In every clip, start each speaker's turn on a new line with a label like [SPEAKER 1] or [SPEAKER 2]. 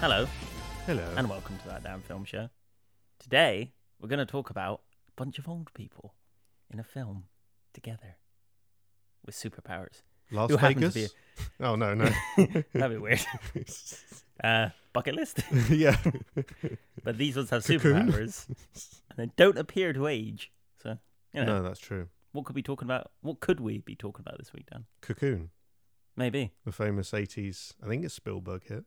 [SPEAKER 1] Hello,
[SPEAKER 2] Hello.
[SPEAKER 1] and welcome to that damn film show. Today, we're going to talk about a bunch of old people in a film together with superpowers.
[SPEAKER 2] Las
[SPEAKER 1] who happen to
[SPEAKER 2] Vegas. Oh no, no.
[SPEAKER 1] That'd be weird. Uh, bucket list.
[SPEAKER 2] yeah.
[SPEAKER 1] But these ones have
[SPEAKER 2] Cocoon.
[SPEAKER 1] superpowers and they don't appear to age. So, you know,
[SPEAKER 2] No, that's true.
[SPEAKER 1] what could we be talking about? What could we be talking about this week, Dan?
[SPEAKER 2] Cocoon,
[SPEAKER 1] Maybe.
[SPEAKER 2] the famous '80s. I think it's Spielberg hit.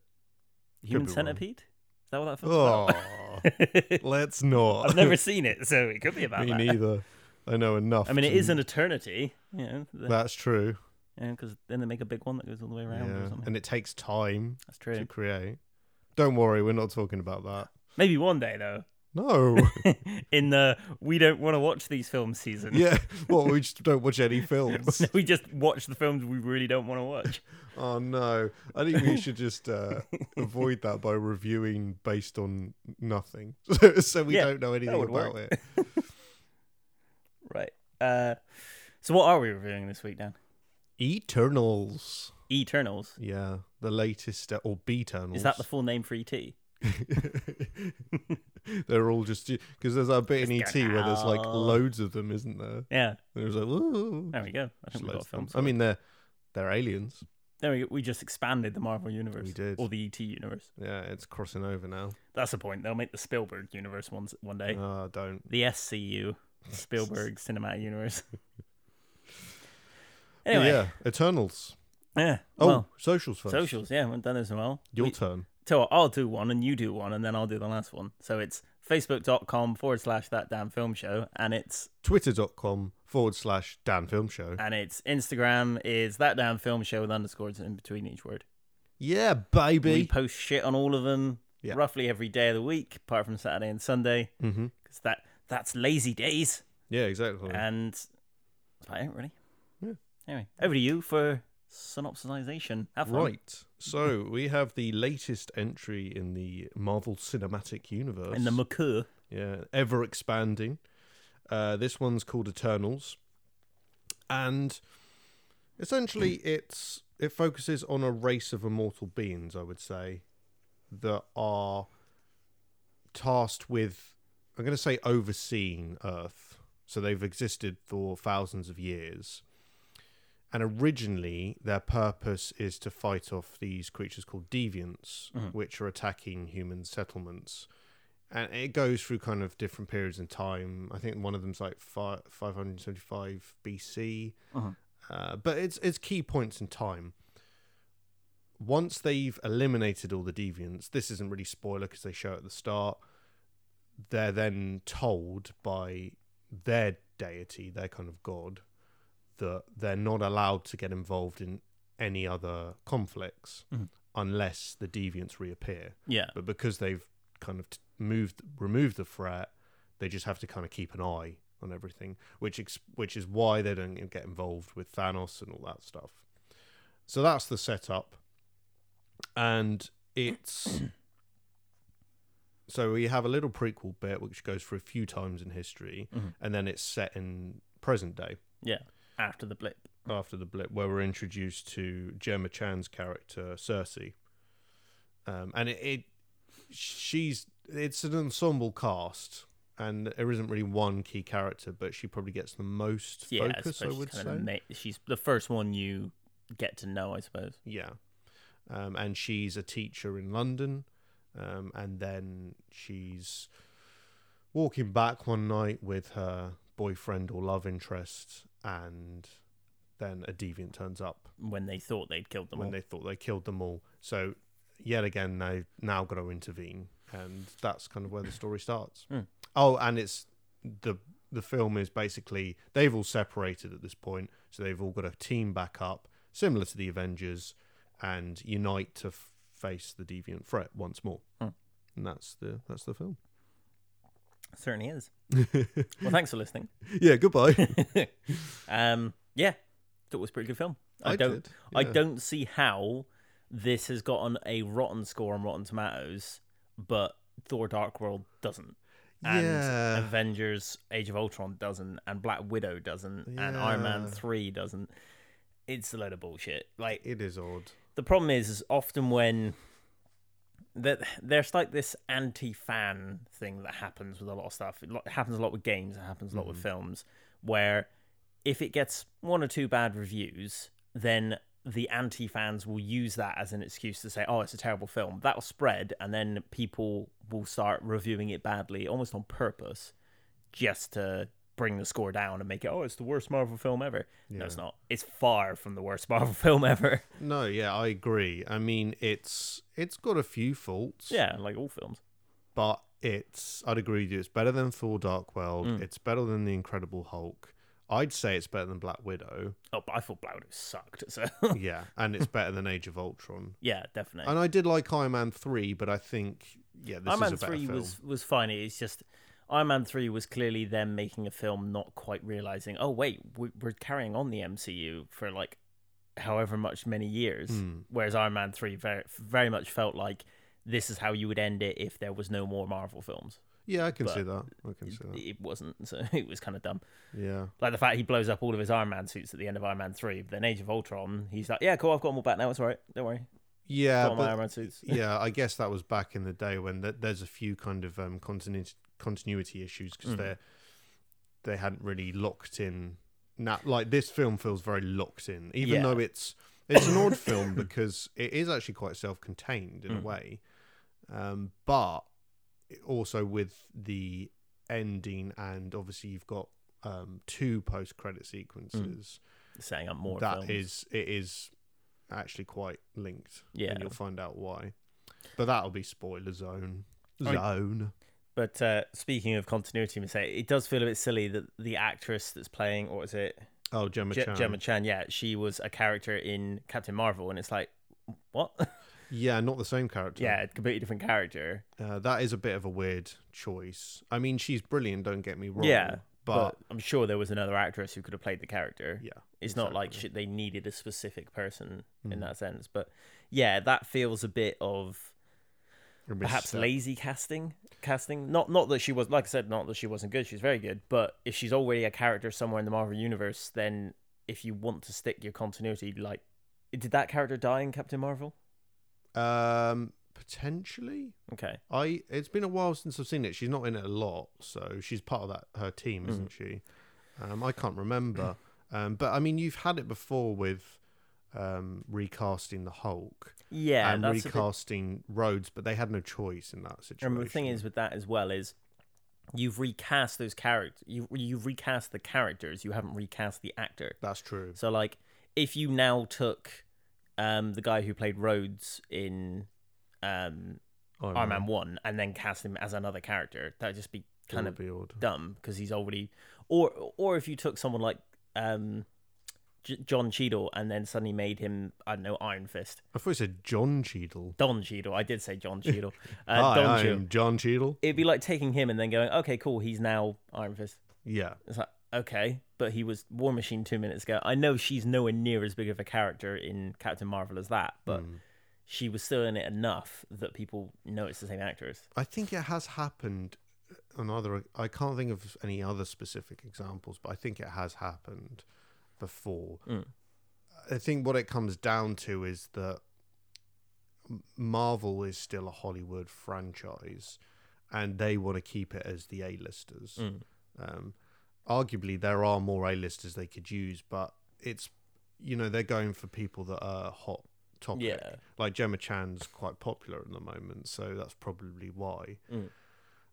[SPEAKER 1] Human
[SPEAKER 2] be wrong.
[SPEAKER 1] Centipede? Is that what that film's
[SPEAKER 2] Oh,
[SPEAKER 1] about?
[SPEAKER 2] let's not.
[SPEAKER 1] I've never seen it, so it could be about
[SPEAKER 2] Me
[SPEAKER 1] that.
[SPEAKER 2] neither. I know enough.
[SPEAKER 1] I mean, it
[SPEAKER 2] to-
[SPEAKER 1] is an eternity, you know, because
[SPEAKER 2] That's true.
[SPEAKER 1] then they make a big one that goes all the way around or
[SPEAKER 2] Yeah.
[SPEAKER 1] something.
[SPEAKER 2] And it takes time
[SPEAKER 1] That's
[SPEAKER 2] to
[SPEAKER 1] true.
[SPEAKER 2] create. Don't worry, we're not talking about that.
[SPEAKER 1] Maybe one day, though,
[SPEAKER 2] No.
[SPEAKER 1] in the we don't want to watch these films season.
[SPEAKER 2] yeah. Well, we just don't watch any films.
[SPEAKER 1] we just watch the films we really don't want to watch.
[SPEAKER 2] Oh no. I think we should just uh, avoid that by reviewing based on nothing. So, so we
[SPEAKER 1] Yeah,
[SPEAKER 2] don't know anything
[SPEAKER 1] would
[SPEAKER 2] about it.
[SPEAKER 1] right. Uh, so, what are we reviewing this week, Dan?
[SPEAKER 2] Eternals.
[SPEAKER 1] Eternals.
[SPEAKER 2] Yeah, the latest uh, or Beeternals.
[SPEAKER 1] Is that the full name for E ET?
[SPEAKER 2] They're all just because there's that bit in ET
[SPEAKER 1] Just go
[SPEAKER 2] where there's like
[SPEAKER 1] now.
[SPEAKER 2] loads of them, isn't there?
[SPEAKER 1] Yeah.
[SPEAKER 2] There's like ooh,
[SPEAKER 1] There we go. I
[SPEAKER 2] just
[SPEAKER 1] think we've got
[SPEAKER 2] loads of them.
[SPEAKER 1] films.
[SPEAKER 2] I mean, they're they're aliens.
[SPEAKER 1] there we go. We just expanded the Marvel universe.
[SPEAKER 2] We did.
[SPEAKER 1] Or the ET universe.
[SPEAKER 2] Yeah, it's crossing over now.
[SPEAKER 1] That's the point. They'll make the Spielberg universe ones one day.
[SPEAKER 2] Ah, don't.
[SPEAKER 1] The SCU, Spielberg Cinematic Universe.
[SPEAKER 2] But
[SPEAKER 1] anyway, yeah.
[SPEAKER 2] yeah, Eternals. Oh,
[SPEAKER 1] well,
[SPEAKER 2] socials first.
[SPEAKER 1] socials. Yeah, we haven't done this in a while.
[SPEAKER 2] Your
[SPEAKER 1] We-
[SPEAKER 2] turn.
[SPEAKER 1] so I'll do one and you do one and then I'll do the last one. So it's facebook.com forward slash that damn film show and it's
[SPEAKER 2] Twitter.com forward slash Dan Film Show.
[SPEAKER 1] and it's Instagram is that damn film show with underscores in between each word.
[SPEAKER 2] Yeah,
[SPEAKER 1] We
[SPEAKER 2] baby.
[SPEAKER 1] post shit on all of them
[SPEAKER 2] Yeah.
[SPEAKER 1] roughly every day of the week, apart from Saturday and Sunday,
[SPEAKER 2] hmm
[SPEAKER 1] because that that's lazy days.
[SPEAKER 2] Yeah, exactly.
[SPEAKER 1] And that's about it, really.
[SPEAKER 2] Yeah.
[SPEAKER 1] Anyway, over to you for synopsisation. Have fun.
[SPEAKER 2] Right. So we have the latest entry in the Marvel Cinematic Universe.
[SPEAKER 1] In the Mercure.
[SPEAKER 2] yeah, ever expanding. Uh, this one's called Eternals, and essentially, it's it focuses on a race of immortal beings. I would say that are tasked with, I'm going to say, overseeing Earth. So they've existed for thousands of years. And originally, their purpose is to fight off these creatures called deviants, which are attacking human settlements. And it goes through kind of different periods in time. I think one of them's like fi- 575 BC.
[SPEAKER 1] Mhm.
[SPEAKER 2] Uh, but it's, it's key points in time once they've eliminated all the deviants, this isn't really spoiler because they show it at the start. They're then told by their deity, their kind of god, that they're not allowed to get involved in any other conflicts
[SPEAKER 1] Mhm.
[SPEAKER 2] unless the deviants reappear.
[SPEAKER 1] Yeah.
[SPEAKER 2] But because they've kind of t- moved, removed the threat, they just have to kind of keep an eye on everything, which ex- which is why they don't get involved with Thanos and all that stuff. So that's the setup, and it's so we have a little prequel bit which goes for a few times in history,
[SPEAKER 1] Mhm.
[SPEAKER 2] and then it's set in present day
[SPEAKER 1] Yeah. After the blip.
[SPEAKER 2] after the blip, where we're introduced to Gemma Chan's character Cersei, um, and it, it she's it's an ensemble cast, and there isn't really one key character, but she probably gets the most
[SPEAKER 1] Yeah, I
[SPEAKER 2] focus. I,
[SPEAKER 1] suppose she's
[SPEAKER 2] would say,
[SPEAKER 1] kind of ma- she's the first one you get to know, I suppose.
[SPEAKER 2] yeah, um, and she's a teacher in London, um, and then she's walking back one night with her boyfriend or love interest, and then a deviant turns up.
[SPEAKER 1] When they thought they'd killed them
[SPEAKER 2] when
[SPEAKER 1] all.
[SPEAKER 2] they thought they killed them all. So yet again, they now got to intervene, and that's kind of where the story starts.
[SPEAKER 1] Hmm.
[SPEAKER 2] Oh, and it's the the film is basically they've all separated at this point, so they've all got a team back up, similar to the Avengers, and unite to f- face the deviant threat once more.
[SPEAKER 1] Hmm.
[SPEAKER 2] And that's the that's the film.
[SPEAKER 1] Certainly is. well, thanks for listening.
[SPEAKER 2] Yeah, goodbye.
[SPEAKER 1] um, yeah, thought it was a pretty good film. I,
[SPEAKER 2] I
[SPEAKER 1] don't,
[SPEAKER 2] did,
[SPEAKER 1] I
[SPEAKER 2] yeah.
[SPEAKER 1] don't see how this has gotten a rotten score on Rotten Tomatoes, but Thor: Dark World doesn't, and
[SPEAKER 2] Yeah.
[SPEAKER 1] Avengers: Age of Ultron doesn't, and Black Widow doesn't, and Iron Man
[SPEAKER 2] Yeah.
[SPEAKER 1] Three doesn't. It's a load of bullshit. Like
[SPEAKER 2] it is odd.
[SPEAKER 1] the problem is, is often when that there's like this anti-fan thing that happens with a lot of stuff. It lo- happens a lot with games. It happens a lot with films, where if it gets one or two bad reviews, then the anti-fans will use that as an excuse to say, "Oh, it's a terrible film." That will spread, and then people will start reviewing it badly, almost on purpose, just to bring the score down and make it, "Oh, it's the worst Marvel film ever." No, it's not. It's far from the worst Marvel film ever.
[SPEAKER 2] No, yeah, I agree. I mean, it's it's got a few faults,
[SPEAKER 1] yeah, like all films.
[SPEAKER 2] but it's I'd agree with you. It's better than Thor: Dark World.
[SPEAKER 1] Mm.
[SPEAKER 2] It's better than The Incredible Hulk. I'd say it's better than Black Widow.
[SPEAKER 1] Oh, but I thought Black Widow sucked. So
[SPEAKER 2] yeah, and it's better than Age of Ultron.
[SPEAKER 1] yeah, definitely.
[SPEAKER 2] And I did like Iron Man three, but I think yeah, this
[SPEAKER 1] Iron Man
[SPEAKER 2] is a better
[SPEAKER 1] three
[SPEAKER 2] film.
[SPEAKER 1] was was fine. It's just Iron Man three was clearly them making a film, not quite realizing. Oh wait, we- we're carrying on the MCU for like however much many years.
[SPEAKER 2] Hmm.
[SPEAKER 1] Whereas Iron Man three very very much felt like this is how you would end it if there was no more Marvel films.
[SPEAKER 2] Yeah, I can
[SPEAKER 1] but
[SPEAKER 2] see that. I can see that.
[SPEAKER 1] It wasn't, so it was kind of dumb.
[SPEAKER 2] Yeah,
[SPEAKER 1] Like the fact he blows up all of his Iron Man suits at the end of Iron Man three, but then Age of Ultron, he's like, yeah, cool, I've got them all back now. It's all right, don't worry,
[SPEAKER 2] yeah,
[SPEAKER 1] got all
[SPEAKER 2] but-
[SPEAKER 1] my Iron Man suits.
[SPEAKER 2] yeah, I guess that was back in the day when th- there's a few kind of um, continuity continuity issues because they they hadn't really locked in. Now, like this film feels very locked in, even
[SPEAKER 1] Yeah.
[SPEAKER 2] though it's it's an odd film because it is actually quite self-contained in a way, um, but it- also with the ending and obviously you've got um, two post-credit sequences
[SPEAKER 1] Setting up more.
[SPEAKER 2] that
[SPEAKER 1] films.
[SPEAKER 2] is it is actually quite linked
[SPEAKER 1] Yeah.
[SPEAKER 2] and you'll find out why but that'll be spoiler zone
[SPEAKER 1] I-
[SPEAKER 2] zone
[SPEAKER 1] But uh, speaking of continuity, mistake, it does feel a bit silly that the actress that's playing, what is it,
[SPEAKER 2] oh gemma
[SPEAKER 1] Je-
[SPEAKER 2] chan
[SPEAKER 1] Gemma Chan? Yeah, she was a character in Captain Marvel, and it's like, what?
[SPEAKER 2] Hmm. yeah not the same character
[SPEAKER 1] yeah, completely different character.
[SPEAKER 2] uh, that is a bit of a weird choice i mean she's brilliant don't get me wrong
[SPEAKER 1] Yeah,
[SPEAKER 2] but,
[SPEAKER 1] I'm sure there was another actress who could have played the character.
[SPEAKER 2] yeah Hmm.
[SPEAKER 1] It's not like shit they needed a specific person in that sense, but yeah, that feels a bit of
[SPEAKER 2] a
[SPEAKER 1] perhaps
[SPEAKER 2] misstep.
[SPEAKER 1] lazy casting casting not not that she was like i said not that she wasn't good she's very good but if she's already a character somewhere in the marvel universe then if you want to stick your continuity like did that character die in captain marvel
[SPEAKER 2] um potentially
[SPEAKER 1] okay
[SPEAKER 2] i it's been a while since i've seen it she's not in it a lot so she's part of that her team
[SPEAKER 1] Mm.
[SPEAKER 2] isn't she um i can't remember um but i mean you've had it before with um recasting the hulk
[SPEAKER 1] yeah
[SPEAKER 2] and
[SPEAKER 1] that's a bit-
[SPEAKER 2] recasting roads, but they had no choice in that situation.
[SPEAKER 1] and the thing is with that as well is you've recast those characters you, you've recast the characters you haven't recast the actor
[SPEAKER 2] that's true.
[SPEAKER 1] So like if you now took um the guy who played Rhodes in um
[SPEAKER 2] Iron
[SPEAKER 1] Iron, Man 1 and then cast him as another character, that'd just be
[SPEAKER 2] It
[SPEAKER 1] kind
[SPEAKER 2] would
[SPEAKER 1] of
[SPEAKER 2] be odd.
[SPEAKER 1] dumb because he's already or or if you took someone like um J- John Cheadle and then suddenly made him I don't know Iron Fist.
[SPEAKER 2] I thought it said John Cheadle.
[SPEAKER 1] Don Cheadle. I did say John Cheadle. Uh,
[SPEAKER 2] Hi,
[SPEAKER 1] Don
[SPEAKER 2] I'm
[SPEAKER 1] Cheadle.
[SPEAKER 2] John Cheadle.
[SPEAKER 1] It'd be like taking him and then going, okay, cool, he's now Iron Fist.
[SPEAKER 2] Yeah,
[SPEAKER 1] It's like, okay, but he was War Machine two minutes ago. I know she's nowhere near as big of a character in Captain Marvel as that, but
[SPEAKER 2] Hmm.
[SPEAKER 1] she was still in it enough that people know it's the same actress.
[SPEAKER 2] I think it has happened. On other, I can't think of any other specific examples, but I think it has happened before. I think what it comes down to is that Marvel is still a Hollywood franchise, and they want to keep it as the A-listers. Um, arguably, there are more A-listers they could use, but it's you know they're going for people that are hot topic.
[SPEAKER 1] Yeah.
[SPEAKER 2] Like Gemma Chan's quite popular at the moment, so that's probably why.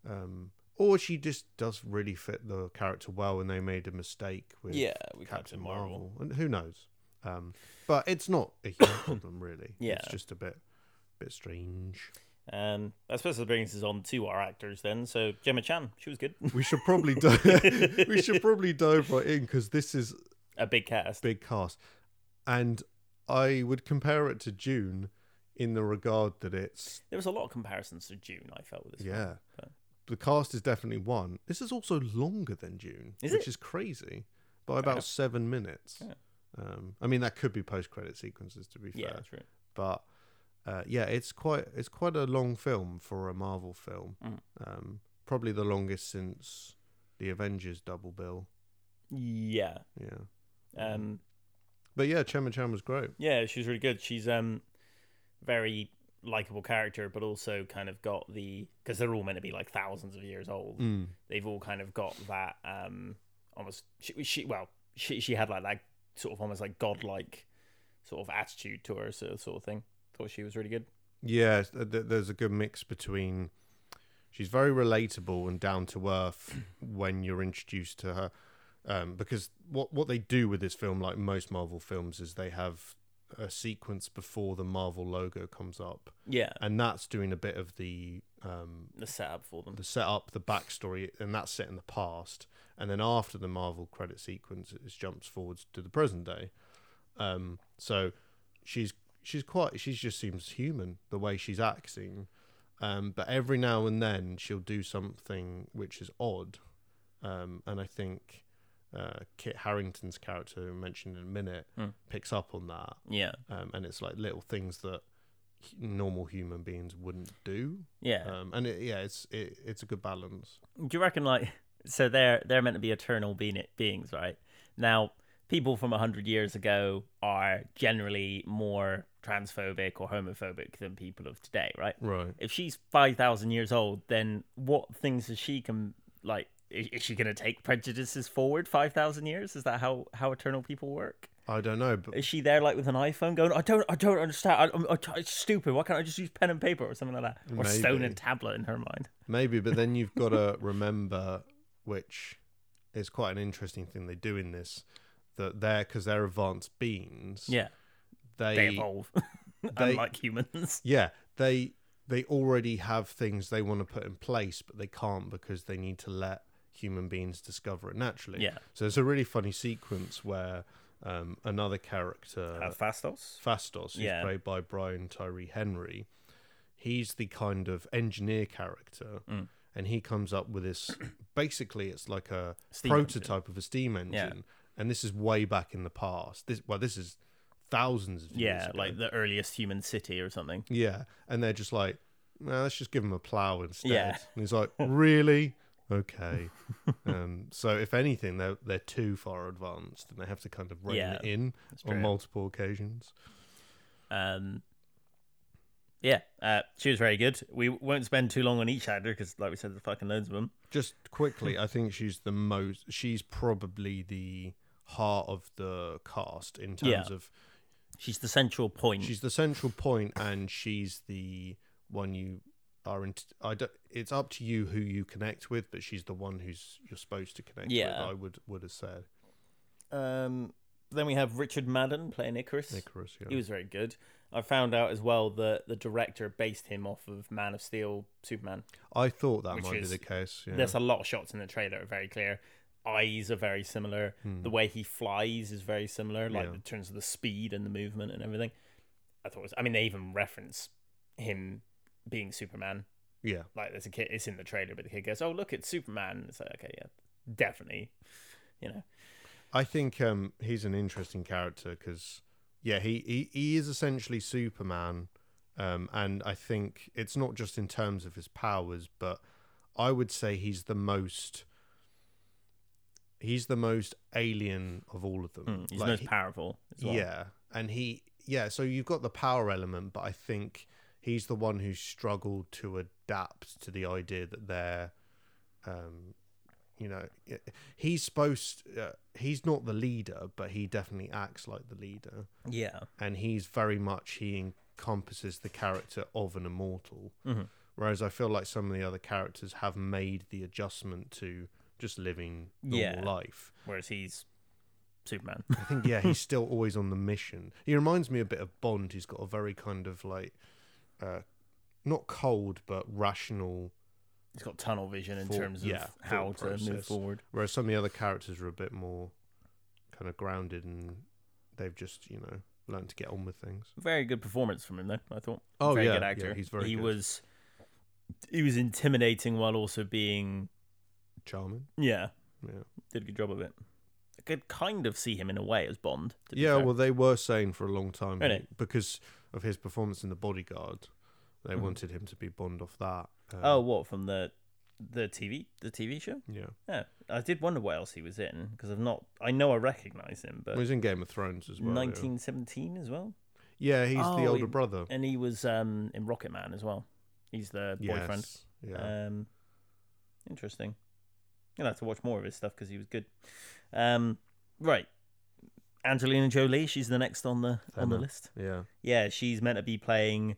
[SPEAKER 2] Um, or she just does really fit the character well, and they made a mistake with
[SPEAKER 1] Yeah, with Captain
[SPEAKER 2] Captain Marvel.
[SPEAKER 1] Marvel.
[SPEAKER 2] and who knows. Um, but it's not a huge problem, really.
[SPEAKER 1] Yeah.
[SPEAKER 2] it's just a bit, bit strange.
[SPEAKER 1] Um, I suppose that brings us on to our actors then. So Gemma Chan, she was good.
[SPEAKER 2] We should probably dive. we should probably dive right in because this is
[SPEAKER 1] a big cast.
[SPEAKER 2] big cast, and I would compare it to June in the regard that it's
[SPEAKER 1] There was a lot of comparisons to June. I felt with this.
[SPEAKER 2] yeah. The cast is definitely one. This is also longer than June,
[SPEAKER 1] Is
[SPEAKER 2] which
[SPEAKER 1] it?
[SPEAKER 2] is crazy by about seven minutes.
[SPEAKER 1] Yeah.
[SPEAKER 2] Um, I mean, that could be post-credit sequences, to be fair.
[SPEAKER 1] yeah, true.
[SPEAKER 2] but uh, yeah, it's quite it's quite a long film for a Marvel film.
[SPEAKER 1] Mm.
[SPEAKER 2] Um, probably the longest since the Avengers double bill.
[SPEAKER 1] Yeah.
[SPEAKER 2] Yeah,
[SPEAKER 1] Um,
[SPEAKER 2] Mm. but yeah, Chema Chan was great.
[SPEAKER 1] Yeah, she's really good. She's um very likable character, but also kind of got the because they're all meant to be like thousands of years old.
[SPEAKER 2] Mm.
[SPEAKER 1] They've all kind of got that um almost she, she well she she had like that sort of almost like godlike sort of attitude to her sort of, sort of thing. Thought she was really good.
[SPEAKER 2] Yeah, th- th- there's a good mix between. She's very relatable and down to earth when you're introduced to her, um, because what what they do with this film, like most Marvel films, is they have a sequence before the Marvel logo comes up,
[SPEAKER 1] Yeah,
[SPEAKER 2] and that's doing a bit of the um,
[SPEAKER 1] the setup for them.
[SPEAKER 2] the setup, the backstory, and that's set in the past. And then after the Marvel credit sequence, it just jumps forwards to the present day. Um, so she's she's quite she just seems human the way she's acting. Um, but every now and then she'll do something which is odd. Um, and I think uh, Kit Harrington's character, who I mentioned in a minute, picks up on that.
[SPEAKER 1] Yeah,
[SPEAKER 2] Um, and it's like little things that h- normal human beings wouldn't do.
[SPEAKER 1] yeah.
[SPEAKER 2] Um, and it, yeah, it's it, it's a good balance.
[SPEAKER 1] do you reckon like so they're they're meant to be eternal being beings right now people from 100 years ago are generally more transphobic or homophobic than people of today right
[SPEAKER 2] Right.
[SPEAKER 1] if she's 5000 years old then what things is she can like i- is she going to take prejudices forward 5000 years is that how how eternal people work
[SPEAKER 2] I don't know, but
[SPEAKER 1] is she there like with an iphone going i don't i don't understand I, I'm, I'm, it's stupid why can't i just use pen and paper or something like that or stone
[SPEAKER 2] Maybe.
[SPEAKER 1] and tablet in her mind
[SPEAKER 2] maybe. But then you've got to remember, which is quite an interesting thing they do in this, that they're because they're advanced beings.
[SPEAKER 1] yeah
[SPEAKER 2] They,
[SPEAKER 1] they evolve
[SPEAKER 2] they-
[SPEAKER 1] unlike humans
[SPEAKER 2] yeah they they already have things they want to put in place, but they can't because they need to let human beings discover it naturally.
[SPEAKER 1] Yeah.
[SPEAKER 2] So it's a really funny sequence where um, another character
[SPEAKER 1] uh, Fastos.
[SPEAKER 2] Fastos, who's
[SPEAKER 1] Yeah.
[SPEAKER 2] played by Brian Tyree Henry, he's the kind of engineer character,
[SPEAKER 1] Mm.
[SPEAKER 2] and he comes up with this. basically, it's like a
[SPEAKER 1] Steam
[SPEAKER 2] prototype of a steam engine, and this is way back in the past. This well, this is thousands of years
[SPEAKER 1] Yeah,
[SPEAKER 2] ago.
[SPEAKER 1] like the earliest human city or something.
[SPEAKER 2] yeah, and they're just like, nah, let's just give him a plow instead.
[SPEAKER 1] Yeah.
[SPEAKER 2] And he's like, really. Okay, um, so if anything, they're they're too far advanced, and they have to kind of rein
[SPEAKER 1] Yeah,
[SPEAKER 2] it in
[SPEAKER 1] true.
[SPEAKER 2] on multiple occasions.
[SPEAKER 1] Um, yeah, uh, she was very good. We won't spend too long on each actor because, like we said, there's fucking loads of them.
[SPEAKER 2] just quickly, I think she's the most. She's probably the heart of the cast in terms
[SPEAKER 1] Yeah.
[SPEAKER 2] of
[SPEAKER 1] She's the central point.
[SPEAKER 2] she's the central point, and she's the one you are. In, I don't, it's up to you who you connect with, but she's the one who's you're supposed to connect
[SPEAKER 1] Yeah.
[SPEAKER 2] with. I would would have said
[SPEAKER 1] Um, then we have Richard Madden playing Icarus.
[SPEAKER 2] Icarus. Yeah.
[SPEAKER 1] He was very good. I found out as well that the director based him off of Man of Steel, Superman.
[SPEAKER 2] I thought that
[SPEAKER 1] which
[SPEAKER 2] might
[SPEAKER 1] is-
[SPEAKER 2] be the case. Yeah.
[SPEAKER 1] There's a lot of shots in the trailer that are very clear. Eyes are very similar. The way he flies is very similar, like
[SPEAKER 2] Hmm. Yeah.
[SPEAKER 1] in terms of the speed and the movement and everything. I thought it was. I mean, they even reference him being Superman.
[SPEAKER 2] yeah,
[SPEAKER 1] Like there's a kid. It's in the trailer, but the kid goes, "Oh, look, it's Superman." It's like, okay, yeah, definitely. You know,
[SPEAKER 2] I think um, he's an interesting character because, yeah, he, he, he is essentially Superman. Um, and I think it's not just in terms of his powers, but I would say he's the most. He's the most alien of all of them.
[SPEAKER 1] Hmm, he's
[SPEAKER 2] Like,
[SPEAKER 1] most
[SPEAKER 2] he-
[SPEAKER 1] powerful. As well.
[SPEAKER 2] yeah, and he yeah. So you've got the power element, but I think he's the one who struggled to adapt to the idea that they're, um, you know, he's supposed uh, he's not the leader, but he definitely acts like the leader,
[SPEAKER 1] yeah,
[SPEAKER 2] and he's very much he encompasses the character of an immortal.
[SPEAKER 1] Mm-hmm.
[SPEAKER 2] Whereas I feel like some of the other characters have made the adjustment to just living normal
[SPEAKER 1] Yeah.
[SPEAKER 2] life.
[SPEAKER 1] Whereas he's Superman.
[SPEAKER 2] I think yeah, he's still always on the mission. He reminds me a bit of Bond. He's got a very kind of like, uh, not cold but rational.
[SPEAKER 1] he's got tunnel vision in
[SPEAKER 2] Thought-
[SPEAKER 1] terms of
[SPEAKER 2] yeah,
[SPEAKER 1] how
[SPEAKER 2] thought
[SPEAKER 1] to move
[SPEAKER 2] process.
[SPEAKER 1] forward.
[SPEAKER 2] Whereas some of the other characters are a bit more kind of grounded and they've just you know learned to get on with things.
[SPEAKER 1] very good performance from him though. I thought.
[SPEAKER 2] Oh,
[SPEAKER 1] very
[SPEAKER 2] yeah,
[SPEAKER 1] good
[SPEAKER 2] yeah,
[SPEAKER 1] actor.
[SPEAKER 2] he's very
[SPEAKER 1] He
[SPEAKER 2] good.
[SPEAKER 1] was. He was intimidating while also being.
[SPEAKER 2] Charming.
[SPEAKER 1] Yeah,
[SPEAKER 2] Yeah.
[SPEAKER 1] did a good job of it. I could kind of see him in a way as Bond. to be
[SPEAKER 2] Yeah.
[SPEAKER 1] fair.
[SPEAKER 2] Well, they were saying for a long time
[SPEAKER 1] Really?
[SPEAKER 2] because of his performance in The Bodyguard, they wanted him to be Bond off that. Um,
[SPEAKER 1] Mm-hmm. Oh, what from the the TV the TV show?
[SPEAKER 2] yeah.
[SPEAKER 1] Yeah, I did wonder what else he was in because I've not. I know I recognize him, but
[SPEAKER 2] Well, he's in Game of Thrones as well. yeah.
[SPEAKER 1] 1917 as well.
[SPEAKER 2] Yeah, he's
[SPEAKER 1] Oh,
[SPEAKER 2] the older
[SPEAKER 1] he-
[SPEAKER 2] brother.
[SPEAKER 1] and he was um, in Rocket Man as well. He's the boyfriend.
[SPEAKER 2] Yes. Yeah.
[SPEAKER 1] Um, interesting. You'll have to watch more of his stuff because he was good. Um, right, Angelina Jolie. She's the next on the on the
[SPEAKER 2] Thelma.
[SPEAKER 1] list.
[SPEAKER 2] yeah.
[SPEAKER 1] Yeah, she's meant to be playing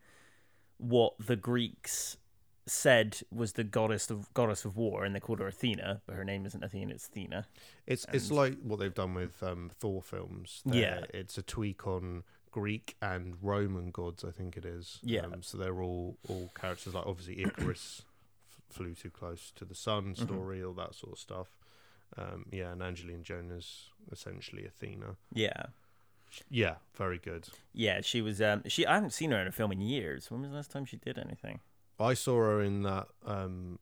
[SPEAKER 1] what the Greeks said was the goddess of goddess of war, and they called her Athena, but her name isn't Athena; it's Athena.
[SPEAKER 2] It's it's
[SPEAKER 1] And-
[SPEAKER 2] like what they've done with um, Thor films.
[SPEAKER 1] Yeah.
[SPEAKER 2] They're- it's a tweak on Greek and Roman gods. I think it is.
[SPEAKER 1] Yeah.
[SPEAKER 2] Um, so they're all all characters like obviously Icarus f- flew too close to the sun
[SPEAKER 1] Mm-hmm.
[SPEAKER 2] story, all that sort of stuff. Um, yeah, and Angelina Jonas essentially Athena.
[SPEAKER 1] Yeah,
[SPEAKER 2] Sh- Yeah, very good.
[SPEAKER 1] yeah. She was. Um, she. I haven't seen her in a film in years. When was the last time she did anything?
[SPEAKER 2] I saw her in that um,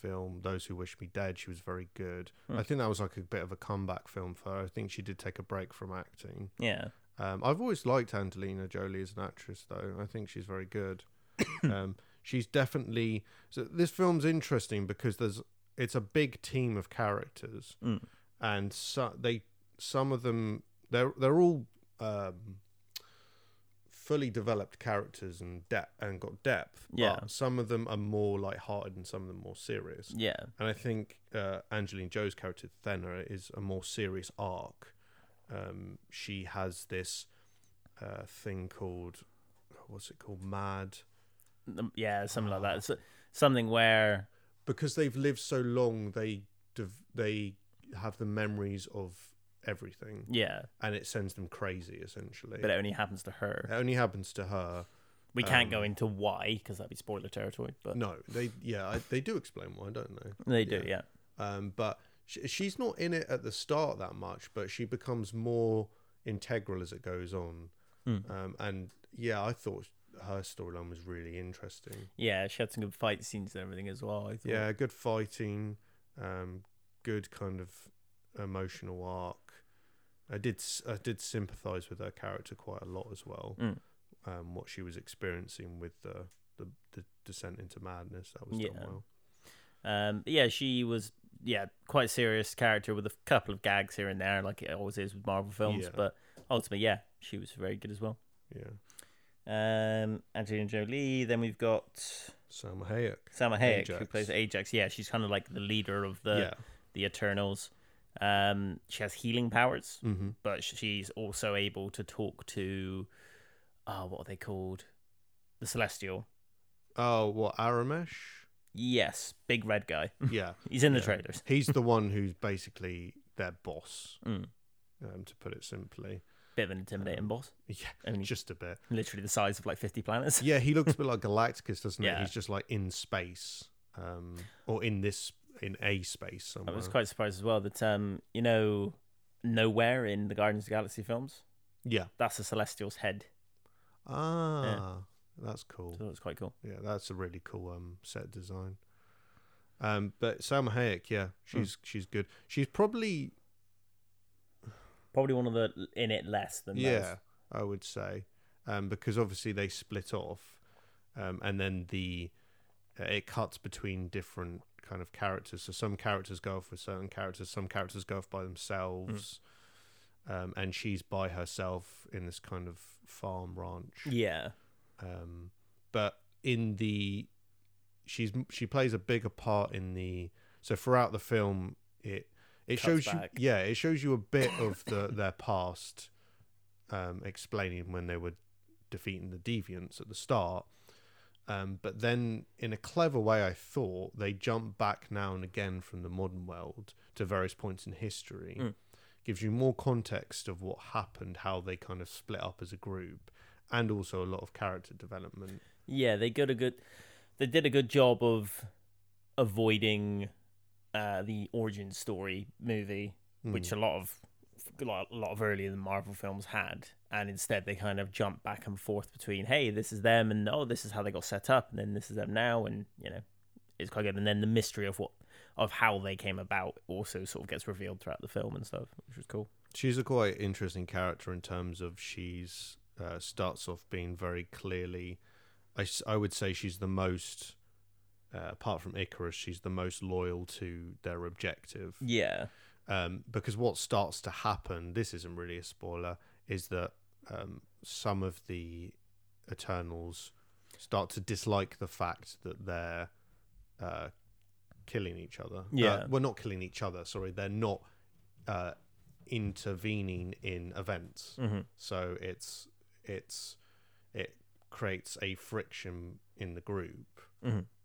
[SPEAKER 2] film, Those Who Wish Me Dead. She was very good.
[SPEAKER 1] Hmm.
[SPEAKER 2] I think that was like a bit of a comeback film for her. I think she did take a break from acting.
[SPEAKER 1] Yeah.
[SPEAKER 2] Um, I've always liked Angelina Jolie as an actress, though. I think she's very good. um, she's definitely so. This film's interesting because there's it's a big team of characters,
[SPEAKER 1] Mm.
[SPEAKER 2] and so, they some of them they're they're all um, fully developed characters and de- and got depth.
[SPEAKER 1] Yeah.
[SPEAKER 2] but some of them are more light-hearted and some of them more serious.
[SPEAKER 1] Yeah.
[SPEAKER 2] And I think uh, Angeline Joe's character Thenna is a more serious arc. Um, she has this uh, thing called what's it called, mad,
[SPEAKER 1] Um, Yeah. Something like that. It's, uh, something where.
[SPEAKER 2] because they've lived so long. They div- they have the memories of everything,
[SPEAKER 1] Yeah.
[SPEAKER 2] and it sends them crazy. Essentially,
[SPEAKER 1] But it only happens to her.
[SPEAKER 2] it only happens to her.
[SPEAKER 1] We can't
[SPEAKER 2] Um,
[SPEAKER 1] go into why because that'd be spoiler territory. But
[SPEAKER 2] No, they yeah, I, they do explain why, don't they?
[SPEAKER 1] they do. Yeah.
[SPEAKER 2] um, but sh she's not in it at the start that much, but she becomes more integral as it goes on. Um, and yeah, I thought her storyline was really interesting.
[SPEAKER 1] Yeah. She had some good fight scenes and everything as well. I thought.
[SPEAKER 2] Yeah, good fighting, um, good kind of emotional arc. I did s- I did sympathise with her character quite a lot as well.
[SPEAKER 1] Mm.
[SPEAKER 2] Um, what she was experiencing with the the, the descent into madness that was
[SPEAKER 1] Yeah.
[SPEAKER 2] done well.
[SPEAKER 1] Um, yeah, she was yeah quite serious character with a couple of gags here and there, like it always is with Marvel films.
[SPEAKER 2] Yeah.
[SPEAKER 1] But ultimately, yeah, she was very good as well.
[SPEAKER 2] Yeah,
[SPEAKER 1] Um, Angelina Jolie. Then we've got
[SPEAKER 2] Salma Hayek.
[SPEAKER 1] Salma Hayek who
[SPEAKER 2] Ajax.
[SPEAKER 1] plays Ajax. Yeah, she's kind of like the leader of the
[SPEAKER 2] yeah,
[SPEAKER 1] the Eternals. Um, she has healing powers,
[SPEAKER 2] hmm
[SPEAKER 1] but she's also able to talk to, uh, what are they called? The Celestial.
[SPEAKER 2] Oh, what Aramesh?
[SPEAKER 1] Yes, big red guy.
[SPEAKER 2] Yeah,
[SPEAKER 1] He's in the
[SPEAKER 2] Yeah.
[SPEAKER 1] trailers.
[SPEAKER 2] he's the one who's basically their boss,
[SPEAKER 1] Mm.
[SPEAKER 2] um, to put it simply.
[SPEAKER 1] Bit of an intimidating boss.
[SPEAKER 2] Yeah,
[SPEAKER 1] I mean,
[SPEAKER 2] just a bit.
[SPEAKER 1] literally the size of like 50 planets.
[SPEAKER 2] Yeah, he looks a bit like Galacticus, doesn't
[SPEAKER 1] Yeah.
[SPEAKER 2] he? He's just like in space, um, or in this in a space
[SPEAKER 1] I
[SPEAKER 2] somewhere.
[SPEAKER 1] was quite surprised as well that, um, you know, nowhere in the Guardians of the Galaxy films,
[SPEAKER 2] Yeah.
[SPEAKER 1] that's a Celestial's head.
[SPEAKER 2] Ah, that's cool.
[SPEAKER 1] So that was quite cool.
[SPEAKER 2] Yeah, that's a really cool um, set design. Um, but Salma Hayek, yeah, she's
[SPEAKER 1] Hmm.
[SPEAKER 2] she's good. She's probably
[SPEAKER 1] Probably one of the in it less than
[SPEAKER 2] yeah,
[SPEAKER 1] those.
[SPEAKER 2] I would say, um, because obviously they split off, um, and then the uh, it cuts between different kind of characters. So some characters go off with certain characters, some characters go off by themselves, um, and she's by herself in this kind of farm ranch.
[SPEAKER 1] Yeah.
[SPEAKER 2] Um, but in the she's she plays a bigger part in the so throughout the film it it
[SPEAKER 1] Cuts
[SPEAKER 2] shows
[SPEAKER 1] back.
[SPEAKER 2] you yeah it shows you a bit of the their past um explaining when they were defeating the deviants at the start um but then in a clever way i thought they jump back now and again from the modern world to various points in history
[SPEAKER 1] Mm.
[SPEAKER 2] gives you more context of what happened how they kind of split up as a group and also a lot of character development
[SPEAKER 1] Yeah, they got a good. They did a good job of avoiding uh, the origin story movie, which a lot of a lot a lot of earlier than Marvel films had, and instead they kind of jump back and forth between, hey, this is them, and oh, this is how they got set up, and then this is them now, and you know, it's quite good. And then the mystery of what of how they came about also sort of gets revealed throughout the film and stuff, which was cool.
[SPEAKER 2] She's a quite interesting character in terms of she's uh, starts off being very clearly. I, s- I would say she's the most, uh, apart from Icarus, she's the most loyal to their objective.
[SPEAKER 1] Yeah,
[SPEAKER 2] Um, because what starts to happen, this isn't really a spoiler, is that um, some of the Eternals start to dislike the fact that they're uh, killing each other.
[SPEAKER 1] Yeah.
[SPEAKER 2] uh, well, not killing each other. Sorry, they're not uh, intervening in events. So it's it's it creates a friction in the group,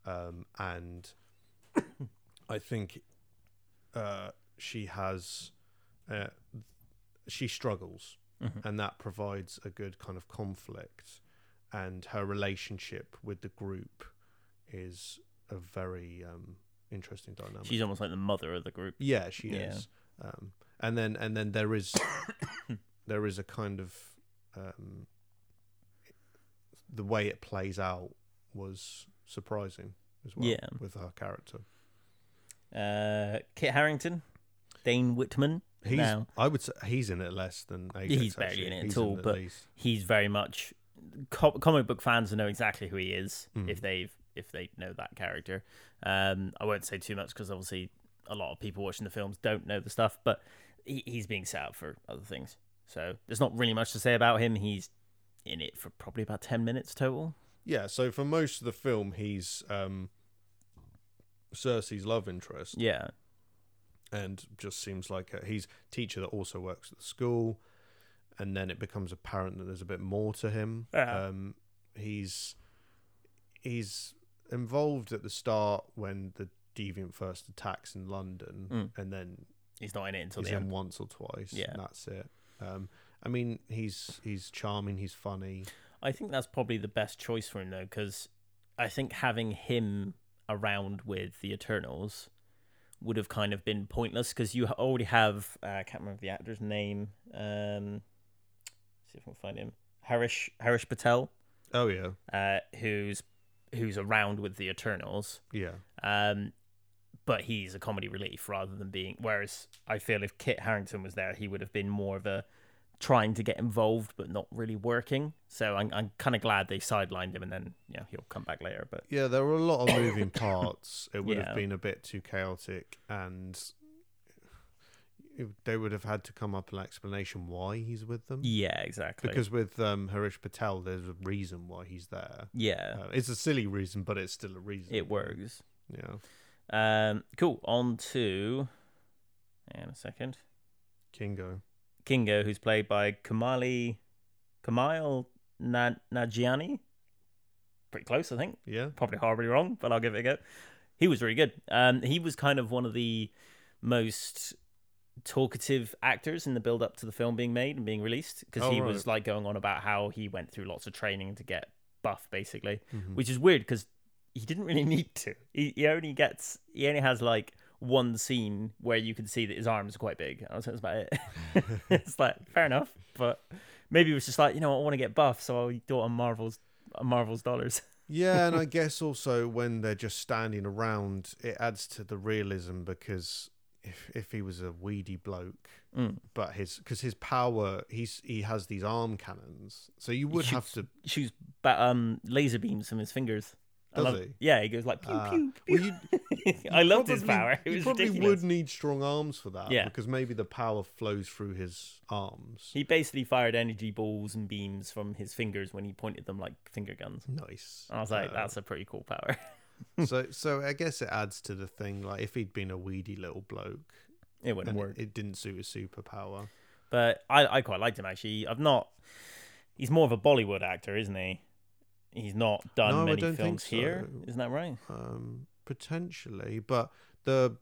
[SPEAKER 2] um, and I think uh, she has uh, she struggles, and that provides a good kind of conflict. And her relationship with the group is a very um, interesting dynamic.
[SPEAKER 1] She's almost like the mother of the group.
[SPEAKER 2] Yeah, she
[SPEAKER 1] Yeah.
[SPEAKER 2] is. Um, and then and then there is there is a kind of um, the way it plays out was surprising as well
[SPEAKER 1] Yeah.
[SPEAKER 2] with her character.
[SPEAKER 1] Uh, Kit Harrington, Dane Whitman.
[SPEAKER 2] He's
[SPEAKER 1] now,
[SPEAKER 2] I would say he's in it less than Ajax.
[SPEAKER 1] he's barely in
[SPEAKER 2] actually.
[SPEAKER 1] it
[SPEAKER 2] He's
[SPEAKER 1] at all, but
[SPEAKER 2] least-
[SPEAKER 1] he's very much co- comic book fans will know exactly who he is
[SPEAKER 2] Mm.
[SPEAKER 1] if they've if they know that character. Um, I won't say too much because obviously a lot of people watching the films don't know the stuff, but he, he's being set up for other things, so there's not really much to say about him. He's in it for probably about ten minutes total.
[SPEAKER 2] yeah. So for most of the film, he's um, Cersei's love interest,
[SPEAKER 1] Yeah,
[SPEAKER 2] and just seems like a, he's a teacher that also works at the school and then it becomes apparent that there's a bit more to him
[SPEAKER 1] Yeah.
[SPEAKER 2] um, he's he's involved at the start when the deviant first attacks in london and then
[SPEAKER 1] he's not in it until
[SPEAKER 2] he's
[SPEAKER 1] the
[SPEAKER 2] in
[SPEAKER 1] end.
[SPEAKER 2] once or twice
[SPEAKER 1] Yeah.
[SPEAKER 2] and that's it um, i mean he's he's charming he's funny
[SPEAKER 1] I think that's probably the best choice for him though, because I think having him around with the Eternals would have kind of been pointless because you ha- already have uh, I can't remember the actor's name. Um, see if I can find him. Harish Harish Patel,
[SPEAKER 2] oh yeah
[SPEAKER 1] uh, who's who's around with the Eternals,
[SPEAKER 2] yeah
[SPEAKER 1] um, but he's a comedy relief rather than being. Whereas I feel if Kit Harrington was there, he would have been more of a trying to get involved but not really working. So I'm, I'm kind of glad they sidelined him, and then you know, he'll come back later. But
[SPEAKER 2] Yeah, there were a lot of moving parts. It would
[SPEAKER 1] Yeah.
[SPEAKER 2] have been a bit too chaotic, and it- they would have had to come up with an explanation why he's with them.
[SPEAKER 1] yeah, exactly.
[SPEAKER 2] Because with um, Harish Patel, there's a reason why he's there.
[SPEAKER 1] yeah,
[SPEAKER 2] Uh, it's a silly reason, but it's still a reason.
[SPEAKER 1] it works.
[SPEAKER 2] Yeah,
[SPEAKER 1] Um, cool. On to, and a second,
[SPEAKER 2] Kingo.
[SPEAKER 1] Kingo, who's played by Kamali, Kamal Na- Nagiani. Pretty close, I think.
[SPEAKER 2] Yeah,
[SPEAKER 1] probably horribly wrong, but I'll give it a go. He was really good. Um, he was kind of one of the most talkative actors in the build up to the film being made and being released because
[SPEAKER 2] Oh,
[SPEAKER 1] he
[SPEAKER 2] right.
[SPEAKER 1] was like going on about how he went through lots of training to get buff basically,
[SPEAKER 2] Mhm.
[SPEAKER 1] which is weird because he didn't really need to. He, he only gets he only has like one scene where you can see that his arms are quite big. And that's about it. it's like fair enough, but maybe it was just like you know I want to get buff, so I'll do it on Marvel's on Marvel's dollars.
[SPEAKER 2] yeah, and I guess also when they're just standing around, it adds to the realism because if if he was a weedy bloke,
[SPEAKER 1] Mm.
[SPEAKER 2] but his because his power, he's he has these arm cannons, so you would have
[SPEAKER 1] shoots
[SPEAKER 2] to
[SPEAKER 1] shoots ba- um laser beams from his fingers. I
[SPEAKER 2] Does
[SPEAKER 1] love,
[SPEAKER 2] he?
[SPEAKER 1] Yeah, he goes like pew
[SPEAKER 2] Ah.
[SPEAKER 1] pew.
[SPEAKER 2] Well,
[SPEAKER 1] pew.
[SPEAKER 2] you-
[SPEAKER 1] I loved his
[SPEAKER 2] probably-
[SPEAKER 1] power. It
[SPEAKER 2] you
[SPEAKER 1] was
[SPEAKER 2] probably
[SPEAKER 1] ridiculous.
[SPEAKER 2] would need strong arms for that.
[SPEAKER 1] Yeah.
[SPEAKER 2] Because maybe the power flows through his arms.
[SPEAKER 1] He basically fired energy balls and beams from his fingers when he pointed them like finger guns.
[SPEAKER 2] nice.
[SPEAKER 1] And I was like, that's a pretty cool power.
[SPEAKER 2] so so I guess it adds to the thing, like if he'd been a weedy little bloke
[SPEAKER 1] it wouldn't
[SPEAKER 2] and
[SPEAKER 1] work.
[SPEAKER 2] it, it didn't suit his superpower.
[SPEAKER 1] but I, I quite liked him actually. I've not. He's more of a Bollywood actor, isn't he? He's not done
[SPEAKER 2] No, I
[SPEAKER 1] many
[SPEAKER 2] don't think
[SPEAKER 1] films here,
[SPEAKER 2] so.
[SPEAKER 1] isn't that right?
[SPEAKER 2] Um potentially. But the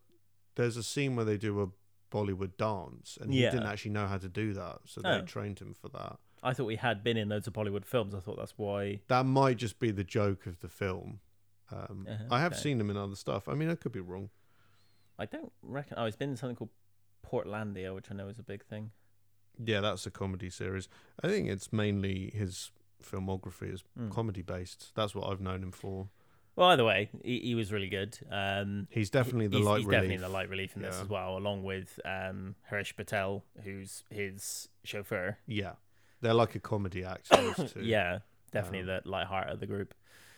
[SPEAKER 2] there's a scene where they do a Bollywood dance and
[SPEAKER 1] Yeah.
[SPEAKER 2] he didn't actually know how to do that, so they
[SPEAKER 1] Oh.
[SPEAKER 2] trained him for that.
[SPEAKER 1] I thought he had been in loads of Bollywood films. I thought that's why.
[SPEAKER 2] That might just be the joke of the film. Um,
[SPEAKER 1] Uh-huh,
[SPEAKER 2] I have
[SPEAKER 1] okay.
[SPEAKER 2] seen him in other stuff. I mean, I could be wrong.
[SPEAKER 1] I don't reckon. Oh, he's been in something called Portlandia, which I know is a big thing.
[SPEAKER 2] Yeah, that's a comedy series. I think it's mainly his filmography is
[SPEAKER 1] Hmm.
[SPEAKER 2] comedy based. That's what I've known him for.
[SPEAKER 1] Well, either way, he, he was really good. Um,
[SPEAKER 2] He's definitely the
[SPEAKER 1] he's,
[SPEAKER 2] light
[SPEAKER 1] he's
[SPEAKER 2] relief.
[SPEAKER 1] definitely the light relief in this
[SPEAKER 2] Yeah.
[SPEAKER 1] as well, along with um, Harish Patel, who's his chauffeur.
[SPEAKER 2] Yeah, they're like a comedy act. those two.
[SPEAKER 1] Yeah, definitely
[SPEAKER 2] Um,
[SPEAKER 1] the light heart of the group.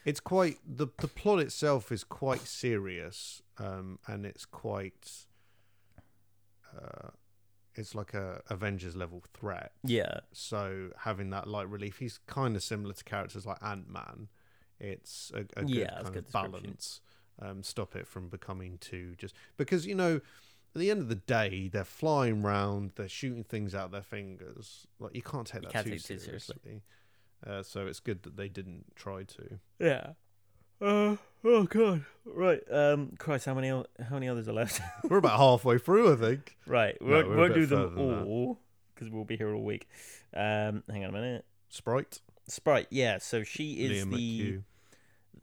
[SPEAKER 2] it's quite the the plot itself is quite serious, um, and it's quite. Uh, it's like a Avengers level threat.
[SPEAKER 1] Yeah.
[SPEAKER 2] So having that light relief, he's kind of similar to characters like Ant Man. It's a, a good
[SPEAKER 1] Yeah, that's
[SPEAKER 2] kind
[SPEAKER 1] good
[SPEAKER 2] of
[SPEAKER 1] description.
[SPEAKER 2] balance. Um, stop it from becoming too just because you know at the end of the day they're flying round, they're shooting things out their fingers. Like you can't take that
[SPEAKER 1] can't
[SPEAKER 2] too,
[SPEAKER 1] take it too seriously.
[SPEAKER 2] seriously. Uh, so it's good that they didn't try to.
[SPEAKER 1] Yeah. Uh, oh god. Right. Um. Christ. How many? o- How many others are left?
[SPEAKER 2] We're about halfway through, I think.
[SPEAKER 1] right. We
[SPEAKER 2] No,
[SPEAKER 1] won't,
[SPEAKER 2] we're a
[SPEAKER 1] won't
[SPEAKER 2] bit
[SPEAKER 1] do them
[SPEAKER 2] further than that.
[SPEAKER 1] all because we'll be here all week. Um. Hang on a minute.
[SPEAKER 2] Sprite,
[SPEAKER 1] Sprite. Yeah. So she is
[SPEAKER 2] Liam
[SPEAKER 1] the
[SPEAKER 2] McHugh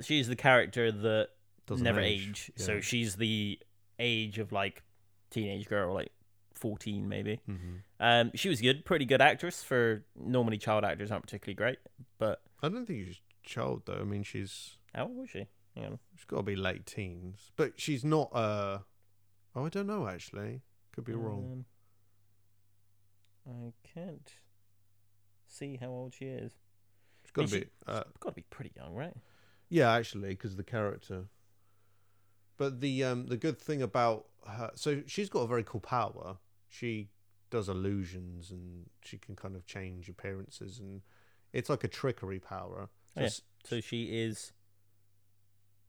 [SPEAKER 1] she's the character that
[SPEAKER 2] doesn't
[SPEAKER 1] never
[SPEAKER 2] age.
[SPEAKER 1] age.
[SPEAKER 2] Yeah.
[SPEAKER 1] So she's the age of like teenage girl, like fourteen maybe.
[SPEAKER 2] Mhm.
[SPEAKER 1] Um, she was good, pretty good actress for normally child actors aren't particularly great, but
[SPEAKER 2] I don't think she's child though. I mean, she's
[SPEAKER 1] how old was she? Hang on.
[SPEAKER 2] she's got to be late teens, but she's not. Uh, oh, I don't know actually. Could be
[SPEAKER 1] Uh,
[SPEAKER 2] wrong.
[SPEAKER 1] Um, I can't see how old she is.
[SPEAKER 2] She's got to
[SPEAKER 1] she-
[SPEAKER 2] be. Uh,
[SPEAKER 1] Got to be pretty young, right?
[SPEAKER 2] yeah, actually, because the character. But the um the good thing about her, so she's got a very cool power. She does illusions and she can kind of change appearances and it's like a trickery power. So
[SPEAKER 1] Oh, Yeah.
[SPEAKER 2] it's-
[SPEAKER 1] So she is.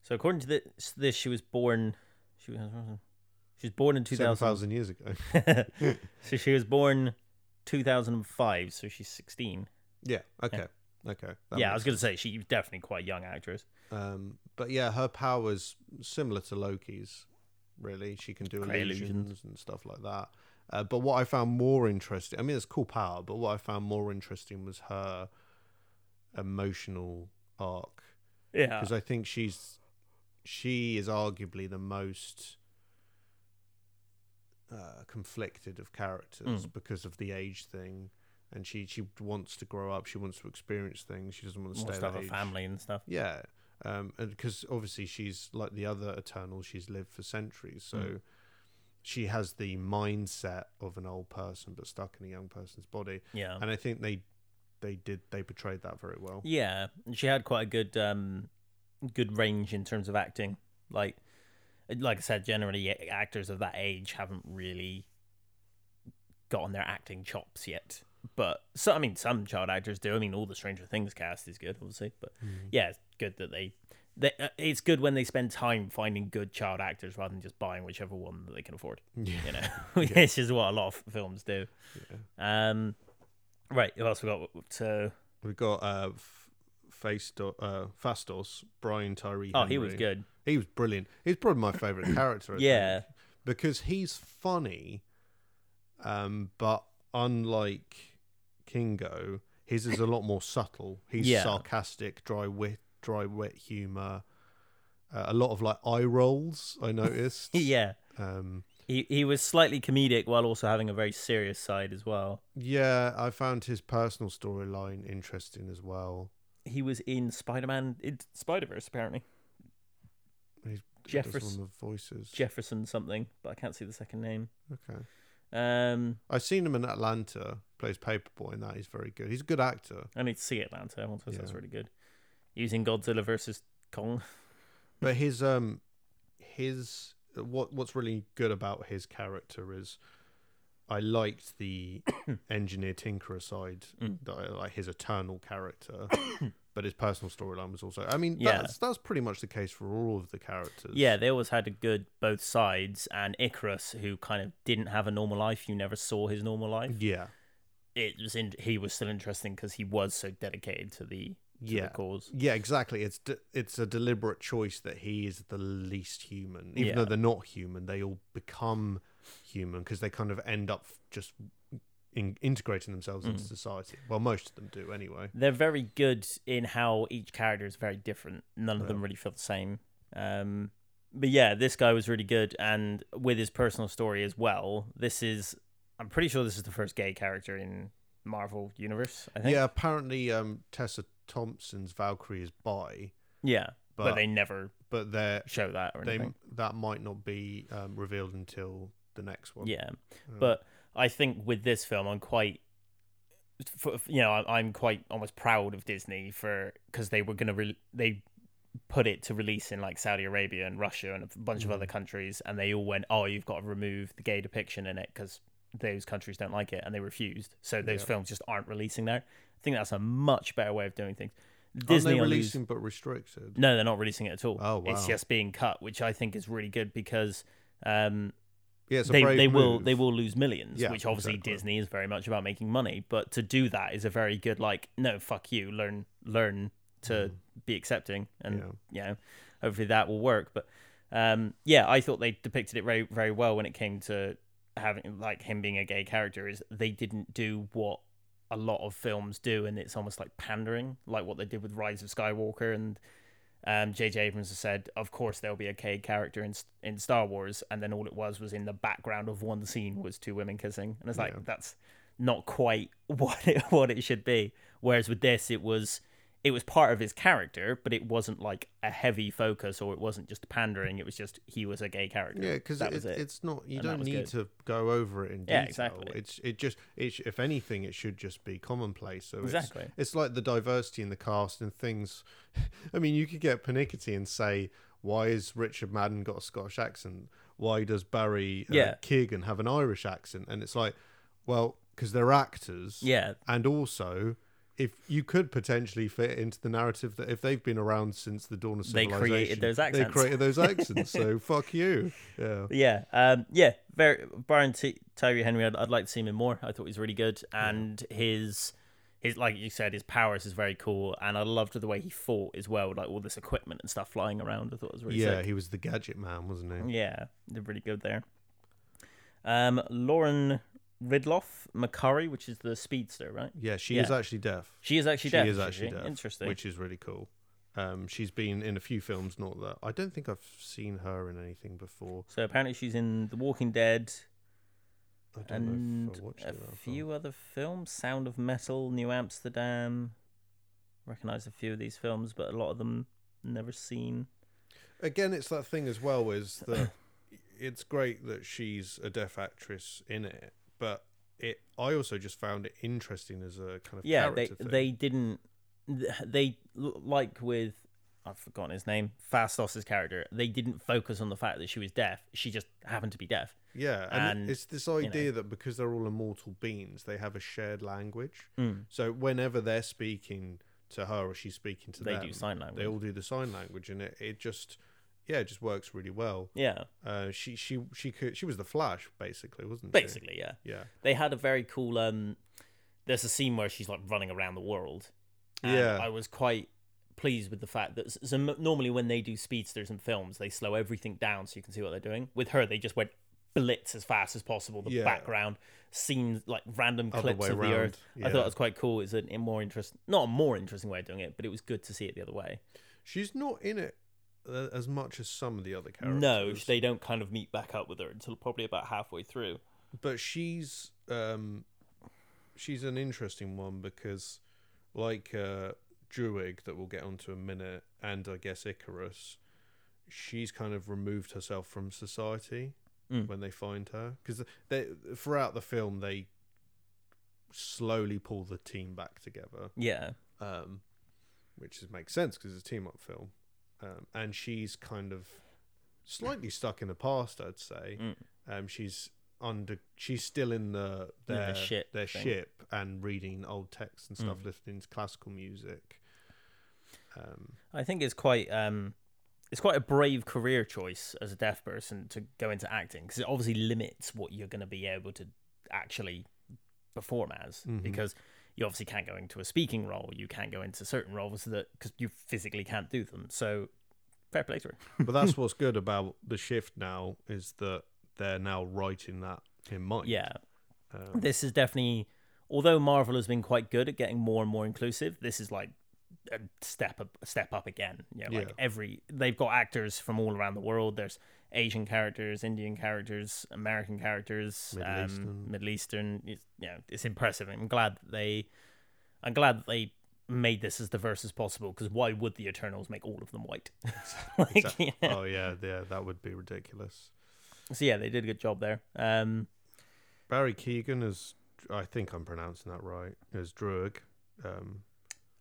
[SPEAKER 1] So according to this, this she was born. She was. She was born in two thousand.
[SPEAKER 2] 7,000 years ago.
[SPEAKER 1] so she was born two thousand and five. So she's sixteen.
[SPEAKER 2] Yeah. Okay. Okay. that
[SPEAKER 1] yeah, I was
[SPEAKER 2] makes
[SPEAKER 1] gonna say she's definitely quite a young actress.
[SPEAKER 2] Um, but yeah, her powers similar to Loki's. Really, she can do
[SPEAKER 1] Create
[SPEAKER 2] illusions,
[SPEAKER 1] illusions.
[SPEAKER 2] and stuff like that. Uh, but what I found more interesting, I mean, it's cool power, but what I found more interesting was her emotional arc
[SPEAKER 1] Yeah.
[SPEAKER 2] because I think she's she is arguably the most uh, conflicted of characters
[SPEAKER 1] Mm.
[SPEAKER 2] because of the age thing, and she she wants to grow up, she wants to experience things, she doesn't want to
[SPEAKER 1] Wants
[SPEAKER 2] stay
[SPEAKER 1] to have
[SPEAKER 2] that
[SPEAKER 1] a
[SPEAKER 2] age.
[SPEAKER 1] family and stuff.
[SPEAKER 2] Yeah, um, and because obviously she's like the other Eternals, she's lived for centuries, so
[SPEAKER 1] Mm.
[SPEAKER 2] she has the mindset of an old person but stuck in a young person's body,
[SPEAKER 1] Yeah.
[SPEAKER 2] and I think they they did they portrayed that very well.
[SPEAKER 1] Yeah, and she had quite a good um good range in terms of acting. Like like I said, generally a- actors of that age haven't really gotten their acting chops yet. But so I mean some child actors do. I mean all the Stranger Things cast is good obviously, but
[SPEAKER 2] Mm.
[SPEAKER 1] yeah, it's good that they they, uh, it's good when they spend time finding good child actors rather than just buying whichever one that they can afford.
[SPEAKER 2] Yeah.
[SPEAKER 1] You know, which is what a lot of films do. Um, right, who else we got? So
[SPEAKER 2] We've got uh, F- Fasto- uh, Fastos, Brian Tyree.
[SPEAKER 1] oh, he was
[SPEAKER 2] Henry.
[SPEAKER 1] good.
[SPEAKER 2] He was brilliant. He's probably my favorite character. I
[SPEAKER 1] Yeah.
[SPEAKER 2] think, because he's funny, um, but unlike Kingo, his is a lot more subtle. He's
[SPEAKER 1] Yeah.
[SPEAKER 2] sarcastic, dry wit, dry wit humor. Uh, a lot of like eye rolls, I noticed.
[SPEAKER 1] Yeah.
[SPEAKER 2] Um,
[SPEAKER 1] He he was slightly comedic while also having a very serious side as well.
[SPEAKER 2] yeah, I found his personal storyline interesting as well.
[SPEAKER 1] He was in Spider Man in Spider Verse apparently.
[SPEAKER 2] He's he does
[SPEAKER 1] Jeffers-
[SPEAKER 2] one of the voices.
[SPEAKER 1] Jefferson something, but I can't see the second name.
[SPEAKER 2] okay.
[SPEAKER 1] Um
[SPEAKER 2] I've seen him in Atlanta. Plays Paperboy, and that he's very good. He's a good actor,
[SPEAKER 1] I need to see Atlanta. I want to say that's
[SPEAKER 2] Yeah.
[SPEAKER 1] really good. Using Godzilla versus Kong.
[SPEAKER 2] but his um, his what what's really good about his character is, I liked the engineer tinkerer side,
[SPEAKER 1] Mm.
[SPEAKER 2] that I- like his eternal character, but his personal storyline was also. I mean,
[SPEAKER 1] Yeah.
[SPEAKER 2] that's that's pretty much the case for all of the characters.
[SPEAKER 1] Yeah, they always had a good both sides and Icarus who kind of didn't have a normal life, you never saw his normal life.
[SPEAKER 2] yeah,
[SPEAKER 1] It was in he was still interesting because he was so dedicated to the to
[SPEAKER 2] Yeah.
[SPEAKER 1] the cause.
[SPEAKER 2] yeah, exactly. It's de- it's a deliberate choice that he is the least human, even
[SPEAKER 1] Yeah.
[SPEAKER 2] though they're not human. They all become human because they kind of end up just in- integrating themselves
[SPEAKER 1] Mm.
[SPEAKER 2] into society. Well, most of them do anyway.
[SPEAKER 1] they're very good in how each character is very different. None of them really feel the same. Um, but yeah, this guy was really good, and with his personal story as well. This is, I'm pretty sure this is the first gay character in Marvel universe. I think.
[SPEAKER 2] Yeah, apparently um, Tessa Thompson's Valkyrie is bi,
[SPEAKER 1] Yeah, but,
[SPEAKER 2] But-
[SPEAKER 1] they never
[SPEAKER 2] but they're,
[SPEAKER 1] show that or
[SPEAKER 2] they
[SPEAKER 1] anything.
[SPEAKER 2] that might not be um, revealed until the next one.
[SPEAKER 1] Yeah,
[SPEAKER 2] Mm.
[SPEAKER 1] but I think with this film, I'm quite, for, you know, I- I'm quite almost proud of Disney for because they were gonna re- they put it to release in like Saudi
[SPEAKER 2] Mm.
[SPEAKER 1] Arabia and Russia and a bunch of other countries, and they all went, oh, you've got to remove the gay depiction in it because those countries don't like it and they refused. So those films just aren't releasing there. I think that's a much better way of doing things.
[SPEAKER 2] Aren't
[SPEAKER 1] Disney
[SPEAKER 2] they
[SPEAKER 1] will lose-
[SPEAKER 2] releasing but restricted?
[SPEAKER 1] no, they're not releasing it at all.
[SPEAKER 2] Oh,
[SPEAKER 1] It's
[SPEAKER 2] wow.
[SPEAKER 1] just being cut, which I think is really good because um,
[SPEAKER 2] Yeah, it's a
[SPEAKER 1] they
[SPEAKER 2] brave
[SPEAKER 1] they will
[SPEAKER 2] move.
[SPEAKER 1] they will lose millions,
[SPEAKER 2] Yeah,
[SPEAKER 1] which obviously
[SPEAKER 2] exactly.
[SPEAKER 1] Disney is very much about making money. But to do that is a very good like no fuck you learn learn to be accepting and
[SPEAKER 2] Mm. Yeah.
[SPEAKER 1] you know hopefully that will work. But um, yeah, I thought they depicted it very very well when it came to having like him being a gay character. Is they didn't do what a lot of films do, and it's almost like pandering, like what they did with Rise of Skywalker and um, J.J. Abrams has said, of course there'll be a gay character in in Star Wars, and then all it was was in the background of one scene was two women kissing, and it's like
[SPEAKER 2] Yeah.
[SPEAKER 1] that's not quite what it what it should be. Whereas with this, it was it was part of his character, but it wasn't like a heavy focus, or it wasn't just pandering. It was just he was a gay character.
[SPEAKER 2] Yeah, because
[SPEAKER 1] that
[SPEAKER 2] it,
[SPEAKER 1] was it.
[SPEAKER 2] it's not. You
[SPEAKER 1] And that
[SPEAKER 2] don't
[SPEAKER 1] was
[SPEAKER 2] need to go over it in detail.
[SPEAKER 1] Yeah, exactly.
[SPEAKER 2] It's it just it. sh- If anything, it should just be commonplace. So
[SPEAKER 1] Exactly.
[SPEAKER 2] It's, it's like the diversity in the cast and things. I mean, you could get pernickety and say, "Why is Richard Madden got a Scottish accent? Why does Barry uh,
[SPEAKER 1] Yeah.
[SPEAKER 2] Keoghan have an Irish accent?" And it's like, well, because they're actors.
[SPEAKER 1] Yeah,
[SPEAKER 2] And also, if you could potentially fit into the narrative that if they've been around since the dawn of
[SPEAKER 1] They
[SPEAKER 2] civilization,
[SPEAKER 1] created those accents.
[SPEAKER 2] They created those accents. so fuck you. Yeah.
[SPEAKER 1] Yeah, um, yeah, very Byron T- Tyree Henry. I'd, I'd like to see him in more. I thought he was really good, and his his like you said, his powers is very cool, and I loved the way he fought as well, with, like all this equipment and stuff flying around. I thought it was really
[SPEAKER 2] Yeah,
[SPEAKER 1] sick.
[SPEAKER 2] he was the gadget man, wasn't he?
[SPEAKER 1] Yeah, they're really good there. Um, Lauren Ridloff McCurry, which is the speedster, right?
[SPEAKER 2] Yeah, she is
[SPEAKER 1] Yeah.
[SPEAKER 2] actually deaf.
[SPEAKER 1] She is actually
[SPEAKER 2] She
[SPEAKER 1] deaf.
[SPEAKER 2] is actually
[SPEAKER 1] she?
[SPEAKER 2] deaf.
[SPEAKER 1] Interesting.
[SPEAKER 2] Which is really cool. Um, she's been in a few films, not that I don't think I've seen her in anything before.
[SPEAKER 1] So apparently she's in The Walking Dead
[SPEAKER 2] I don't know
[SPEAKER 1] and
[SPEAKER 2] if I watched
[SPEAKER 1] a
[SPEAKER 2] it that far.
[SPEAKER 1] few other films Sound of Metal, New Amsterdam. Recognize a few of these films, but a lot of them never seen.
[SPEAKER 2] Again, it's that thing as well is that it's great that she's a deaf actress in it, but it I also just found it interesting as a kind of
[SPEAKER 1] Yeah, they
[SPEAKER 2] character thing.
[SPEAKER 1] they didn't. They like with I've forgotten his name. Fastos's character. They didn't focus on the fact that she was deaf. She just happened to be deaf.
[SPEAKER 2] Yeah, and, it-
[SPEAKER 1] And,
[SPEAKER 2] it's this idea that because they're all immortal beings, they have a shared language.
[SPEAKER 1] Mm.
[SPEAKER 2] So whenever they're speaking to her or she's speaking to
[SPEAKER 1] They
[SPEAKER 2] them,
[SPEAKER 1] do sign
[SPEAKER 2] they
[SPEAKER 1] language.
[SPEAKER 2] all do the sign language, and it, it just yeah, it just works really well.
[SPEAKER 1] Yeah,
[SPEAKER 2] Uh, she she she could she was the Flash basically, wasn't she?
[SPEAKER 1] basically, yeah.
[SPEAKER 2] Yeah,
[SPEAKER 1] They had a very cool. um There's a scene where she's like running around the world. And
[SPEAKER 2] Yeah.
[SPEAKER 1] I was quite pleased with the fact that so m- normally when they do speedsters and films, they slow everything down so you can see what they're doing. With her, they just went blitz as fast as possible. The
[SPEAKER 2] Yeah.
[SPEAKER 1] background scenes, like random
[SPEAKER 2] Other
[SPEAKER 1] clips
[SPEAKER 2] way
[SPEAKER 1] of the
[SPEAKER 2] round,
[SPEAKER 1] earth. I thought
[SPEAKER 2] yeah.
[SPEAKER 1] it was quite cool. It's a a more interest, not a more interesting way of doing it, but it was good to see it the other way.
[SPEAKER 2] she's not in it uh, as much as some of the other characters.
[SPEAKER 1] No, they don't kind of meet back up with her until probably about halfway through.
[SPEAKER 2] but she's um she's an interesting one because like uh Druig that we'll get onto in a minute and I guess Icarus she's kind of removed herself from society
[SPEAKER 1] Mm.
[SPEAKER 2] when they find her because they throughout the film they slowly pull the team back together
[SPEAKER 1] Yeah,
[SPEAKER 2] um which is, makes sense because it's a team up film um and she's kind of slightly stuck in the past I'd say
[SPEAKER 1] Mm.
[SPEAKER 2] um, she's under. She's still in the
[SPEAKER 1] In the
[SPEAKER 2] their,
[SPEAKER 1] ship
[SPEAKER 2] their
[SPEAKER 1] thing. Mm.
[SPEAKER 2] ship and reading old texts and stuff, listening to classical music. Um,
[SPEAKER 1] I think it's quite um, it's quite a brave career choice as a deaf person to go into acting because it obviously limits what you're going to be able to actually perform as because you obviously can't go into a speaking role, you can't go into certain roles that because you physically can't do them. So fair play to her.
[SPEAKER 2] but that's what's good about the shift now is that they're now writing that in mind.
[SPEAKER 1] Yeah,
[SPEAKER 2] Um,
[SPEAKER 1] this is definitely although Marvel has been quite good at getting more and more inclusive, this is like a step up, a step up again. You know, like
[SPEAKER 2] Yeah.
[SPEAKER 1] every they've got actors from all around the world. There's Asian characters, Indian characters, American characters,
[SPEAKER 2] Middle
[SPEAKER 1] um,
[SPEAKER 2] Eastern.
[SPEAKER 1] Middle Eastern. It's, you know, it's impressive. I'm glad that they, I'm glad that they made this as diverse as possible. Because why would the Eternals make all of them white? Like,
[SPEAKER 2] Exactly.
[SPEAKER 1] yeah.
[SPEAKER 2] Oh yeah, yeah, that would be ridiculous.
[SPEAKER 1] So yeah, they did a good job there. Um,
[SPEAKER 2] Barry Keegan is, I think I'm pronouncing that right, is Druig. Um,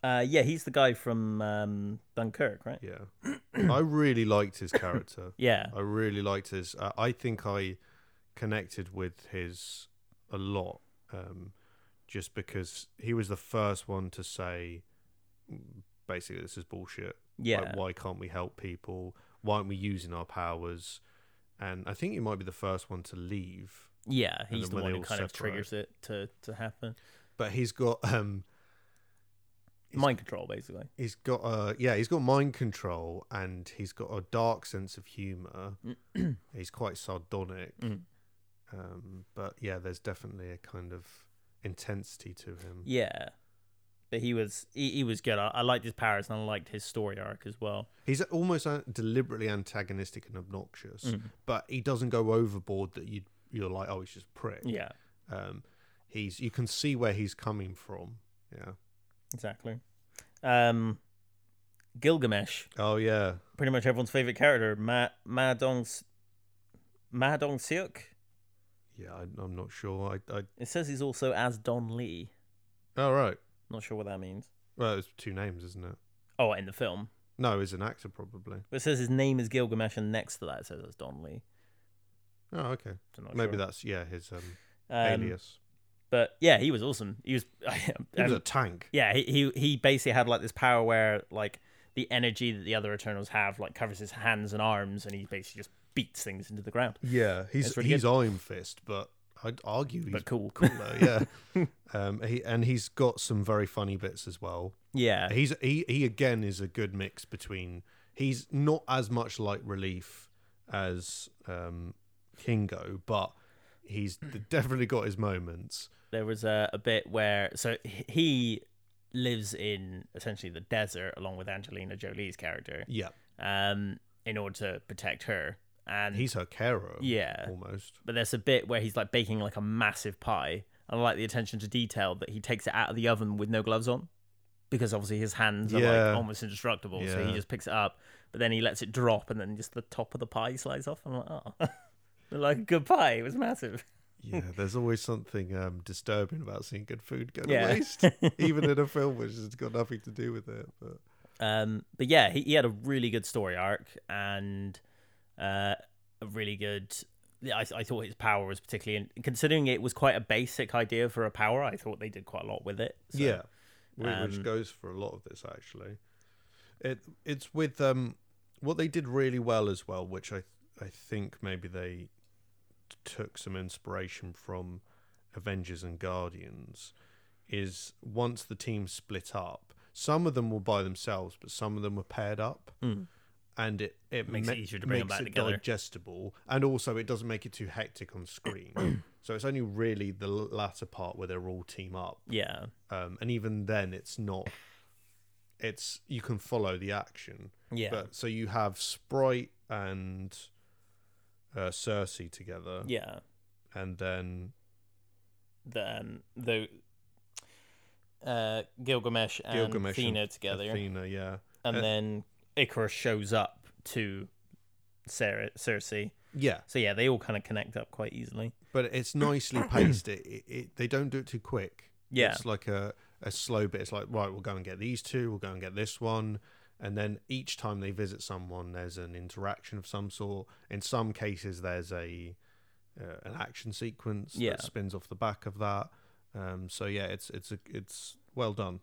[SPEAKER 1] uh, yeah, he's the guy from um, Dunkirk, right?
[SPEAKER 2] yeah, I really liked his character.
[SPEAKER 1] Yeah.
[SPEAKER 2] I really liked his. Uh, I think I connected with his a lot, um, just because he was the first one to say, basically, this is bullshit.
[SPEAKER 1] Yeah.
[SPEAKER 2] Like, why can't we help people? Why aren't we using our powers? And I think he might be the first one to leave,
[SPEAKER 1] yeah,
[SPEAKER 2] then
[SPEAKER 1] he's the
[SPEAKER 2] when
[SPEAKER 1] one
[SPEAKER 2] they
[SPEAKER 1] who
[SPEAKER 2] all
[SPEAKER 1] kind of
[SPEAKER 2] separate.
[SPEAKER 1] triggers it to, to happen.
[SPEAKER 2] but he's got um, He's-
[SPEAKER 1] Mind control, basically.
[SPEAKER 2] he's got a yeah, he's got mind control, and he's got a dark sense of humor. he's quite sardonic,
[SPEAKER 1] Mm.
[SPEAKER 2] um, but yeah, there's definitely a kind of intensity to him.
[SPEAKER 1] Yeah, but he was he, he was good. I, I liked his powers and I liked his story arc as well.
[SPEAKER 2] He's almost an- deliberately antagonistic and obnoxious, but he doesn't go overboard that you you're like, oh, he's just a prick.
[SPEAKER 1] Yeah,
[SPEAKER 2] Um, he's you can see where he's coming from. Yeah.
[SPEAKER 1] exactly. Um, Gilgamesh,
[SPEAKER 2] Oh yeah.
[SPEAKER 1] pretty much everyone's favorite character, Ma Ma Dong Ma Dong Seok.
[SPEAKER 2] Yeah, I, I'm not sure. I, I
[SPEAKER 1] It says he's also as Don Lee.
[SPEAKER 2] oh right.
[SPEAKER 1] Not sure what that means.
[SPEAKER 2] Well, it's two names, isn't it?
[SPEAKER 1] Oh, in the film,
[SPEAKER 2] No, he's an actor probably.
[SPEAKER 1] but it says his name is Gilgamesh, and next to that it says as Don Lee.
[SPEAKER 2] Oh okay.
[SPEAKER 1] So not
[SPEAKER 2] Maybe
[SPEAKER 1] sure.
[SPEAKER 2] that's yeah his um,
[SPEAKER 1] Um,
[SPEAKER 2] alias.
[SPEAKER 1] But yeah, he was awesome. He was.
[SPEAKER 2] He was a tank.
[SPEAKER 1] Yeah, he, he he basically had like this power where like the energy that the other Eternals have like covers his hands and arms, and he basically just beats things into the ground.
[SPEAKER 2] Yeah, he's
[SPEAKER 1] That's really
[SPEAKER 2] he's Iron Fist, but I'd argue he's
[SPEAKER 1] But cool, cool.
[SPEAKER 2] cooler. yeah. Um, he and he's got some very funny bits as well.
[SPEAKER 1] Yeah,
[SPEAKER 2] He's he he again is a good mix between he's not as much like relief as um Kingo, but he's definitely got his moments.
[SPEAKER 1] there was a, a bit where so h- he lives in essentially the desert along with Angelina Jolie's character,
[SPEAKER 2] Yeah.
[SPEAKER 1] um, in order to protect her. And
[SPEAKER 2] He's her carer.
[SPEAKER 1] yeah,
[SPEAKER 2] Almost.
[SPEAKER 1] but there's a bit where he's like baking like a massive pie. and I like the attention to detail that he takes it out of the oven with no gloves on because obviously his hands are
[SPEAKER 2] Yeah.
[SPEAKER 1] like almost indestructible. So he
[SPEAKER 2] Yeah.
[SPEAKER 1] just picks it up, but then he lets it drop and then just the top of the pie slides off. I'm like, oh, like a good pie. It was massive.
[SPEAKER 2] Yeah, there's always something um, disturbing about seeing good food go to
[SPEAKER 1] Yeah.
[SPEAKER 2] waste, even in a film which has got nothing to do with it. But
[SPEAKER 1] Um, but yeah, he, he had a really good story arc and uh, a really good. yeah, I, I thought his power was particularly, in, considering it was quite a basic idea for a power. I thought they did quite a lot with it. So,
[SPEAKER 2] yeah, Whi- which
[SPEAKER 1] um,
[SPEAKER 2] goes for a lot of this actually. It it's with um what they did really well as well, which I I think maybe they took some inspiration from Avengers and Guardians is once the team split up, some of them were by themselves, but some of them were paired up. And it, it
[SPEAKER 1] Hmm. Makes it easier to bring 'em
[SPEAKER 2] makes
[SPEAKER 1] back
[SPEAKER 2] it
[SPEAKER 1] together.
[SPEAKER 2] digestible, and also it doesn't make it too hectic on screen. so it's only really the l- latter part where they're all team up
[SPEAKER 1] Yeah.
[SPEAKER 2] um, and even then it's not it's you can follow the action
[SPEAKER 1] Yeah.
[SPEAKER 2] but so you have sprite and uh, cersei together
[SPEAKER 1] yeah.
[SPEAKER 2] and then
[SPEAKER 1] the um, the uh, Gilgamesh and
[SPEAKER 2] gilgamesh and
[SPEAKER 1] Athena together,
[SPEAKER 2] athena yeah
[SPEAKER 1] and
[SPEAKER 2] uh,
[SPEAKER 1] then Icarus shows up to Cer- Cersei.
[SPEAKER 2] yeah
[SPEAKER 1] So yeah, they all kind of connect up quite easily.
[SPEAKER 2] but it's nicely paced it, it, it they don't do it too quick
[SPEAKER 1] Yeah.
[SPEAKER 2] it's like a, a slow bit it's like right we'll go and get these two we'll go and get this one and then each time they visit someone there's an interaction of some sort in some cases there's a uh, an action sequence
[SPEAKER 1] Yeah.
[SPEAKER 2] that spins off the back of that um so yeah it's it's a, it's well done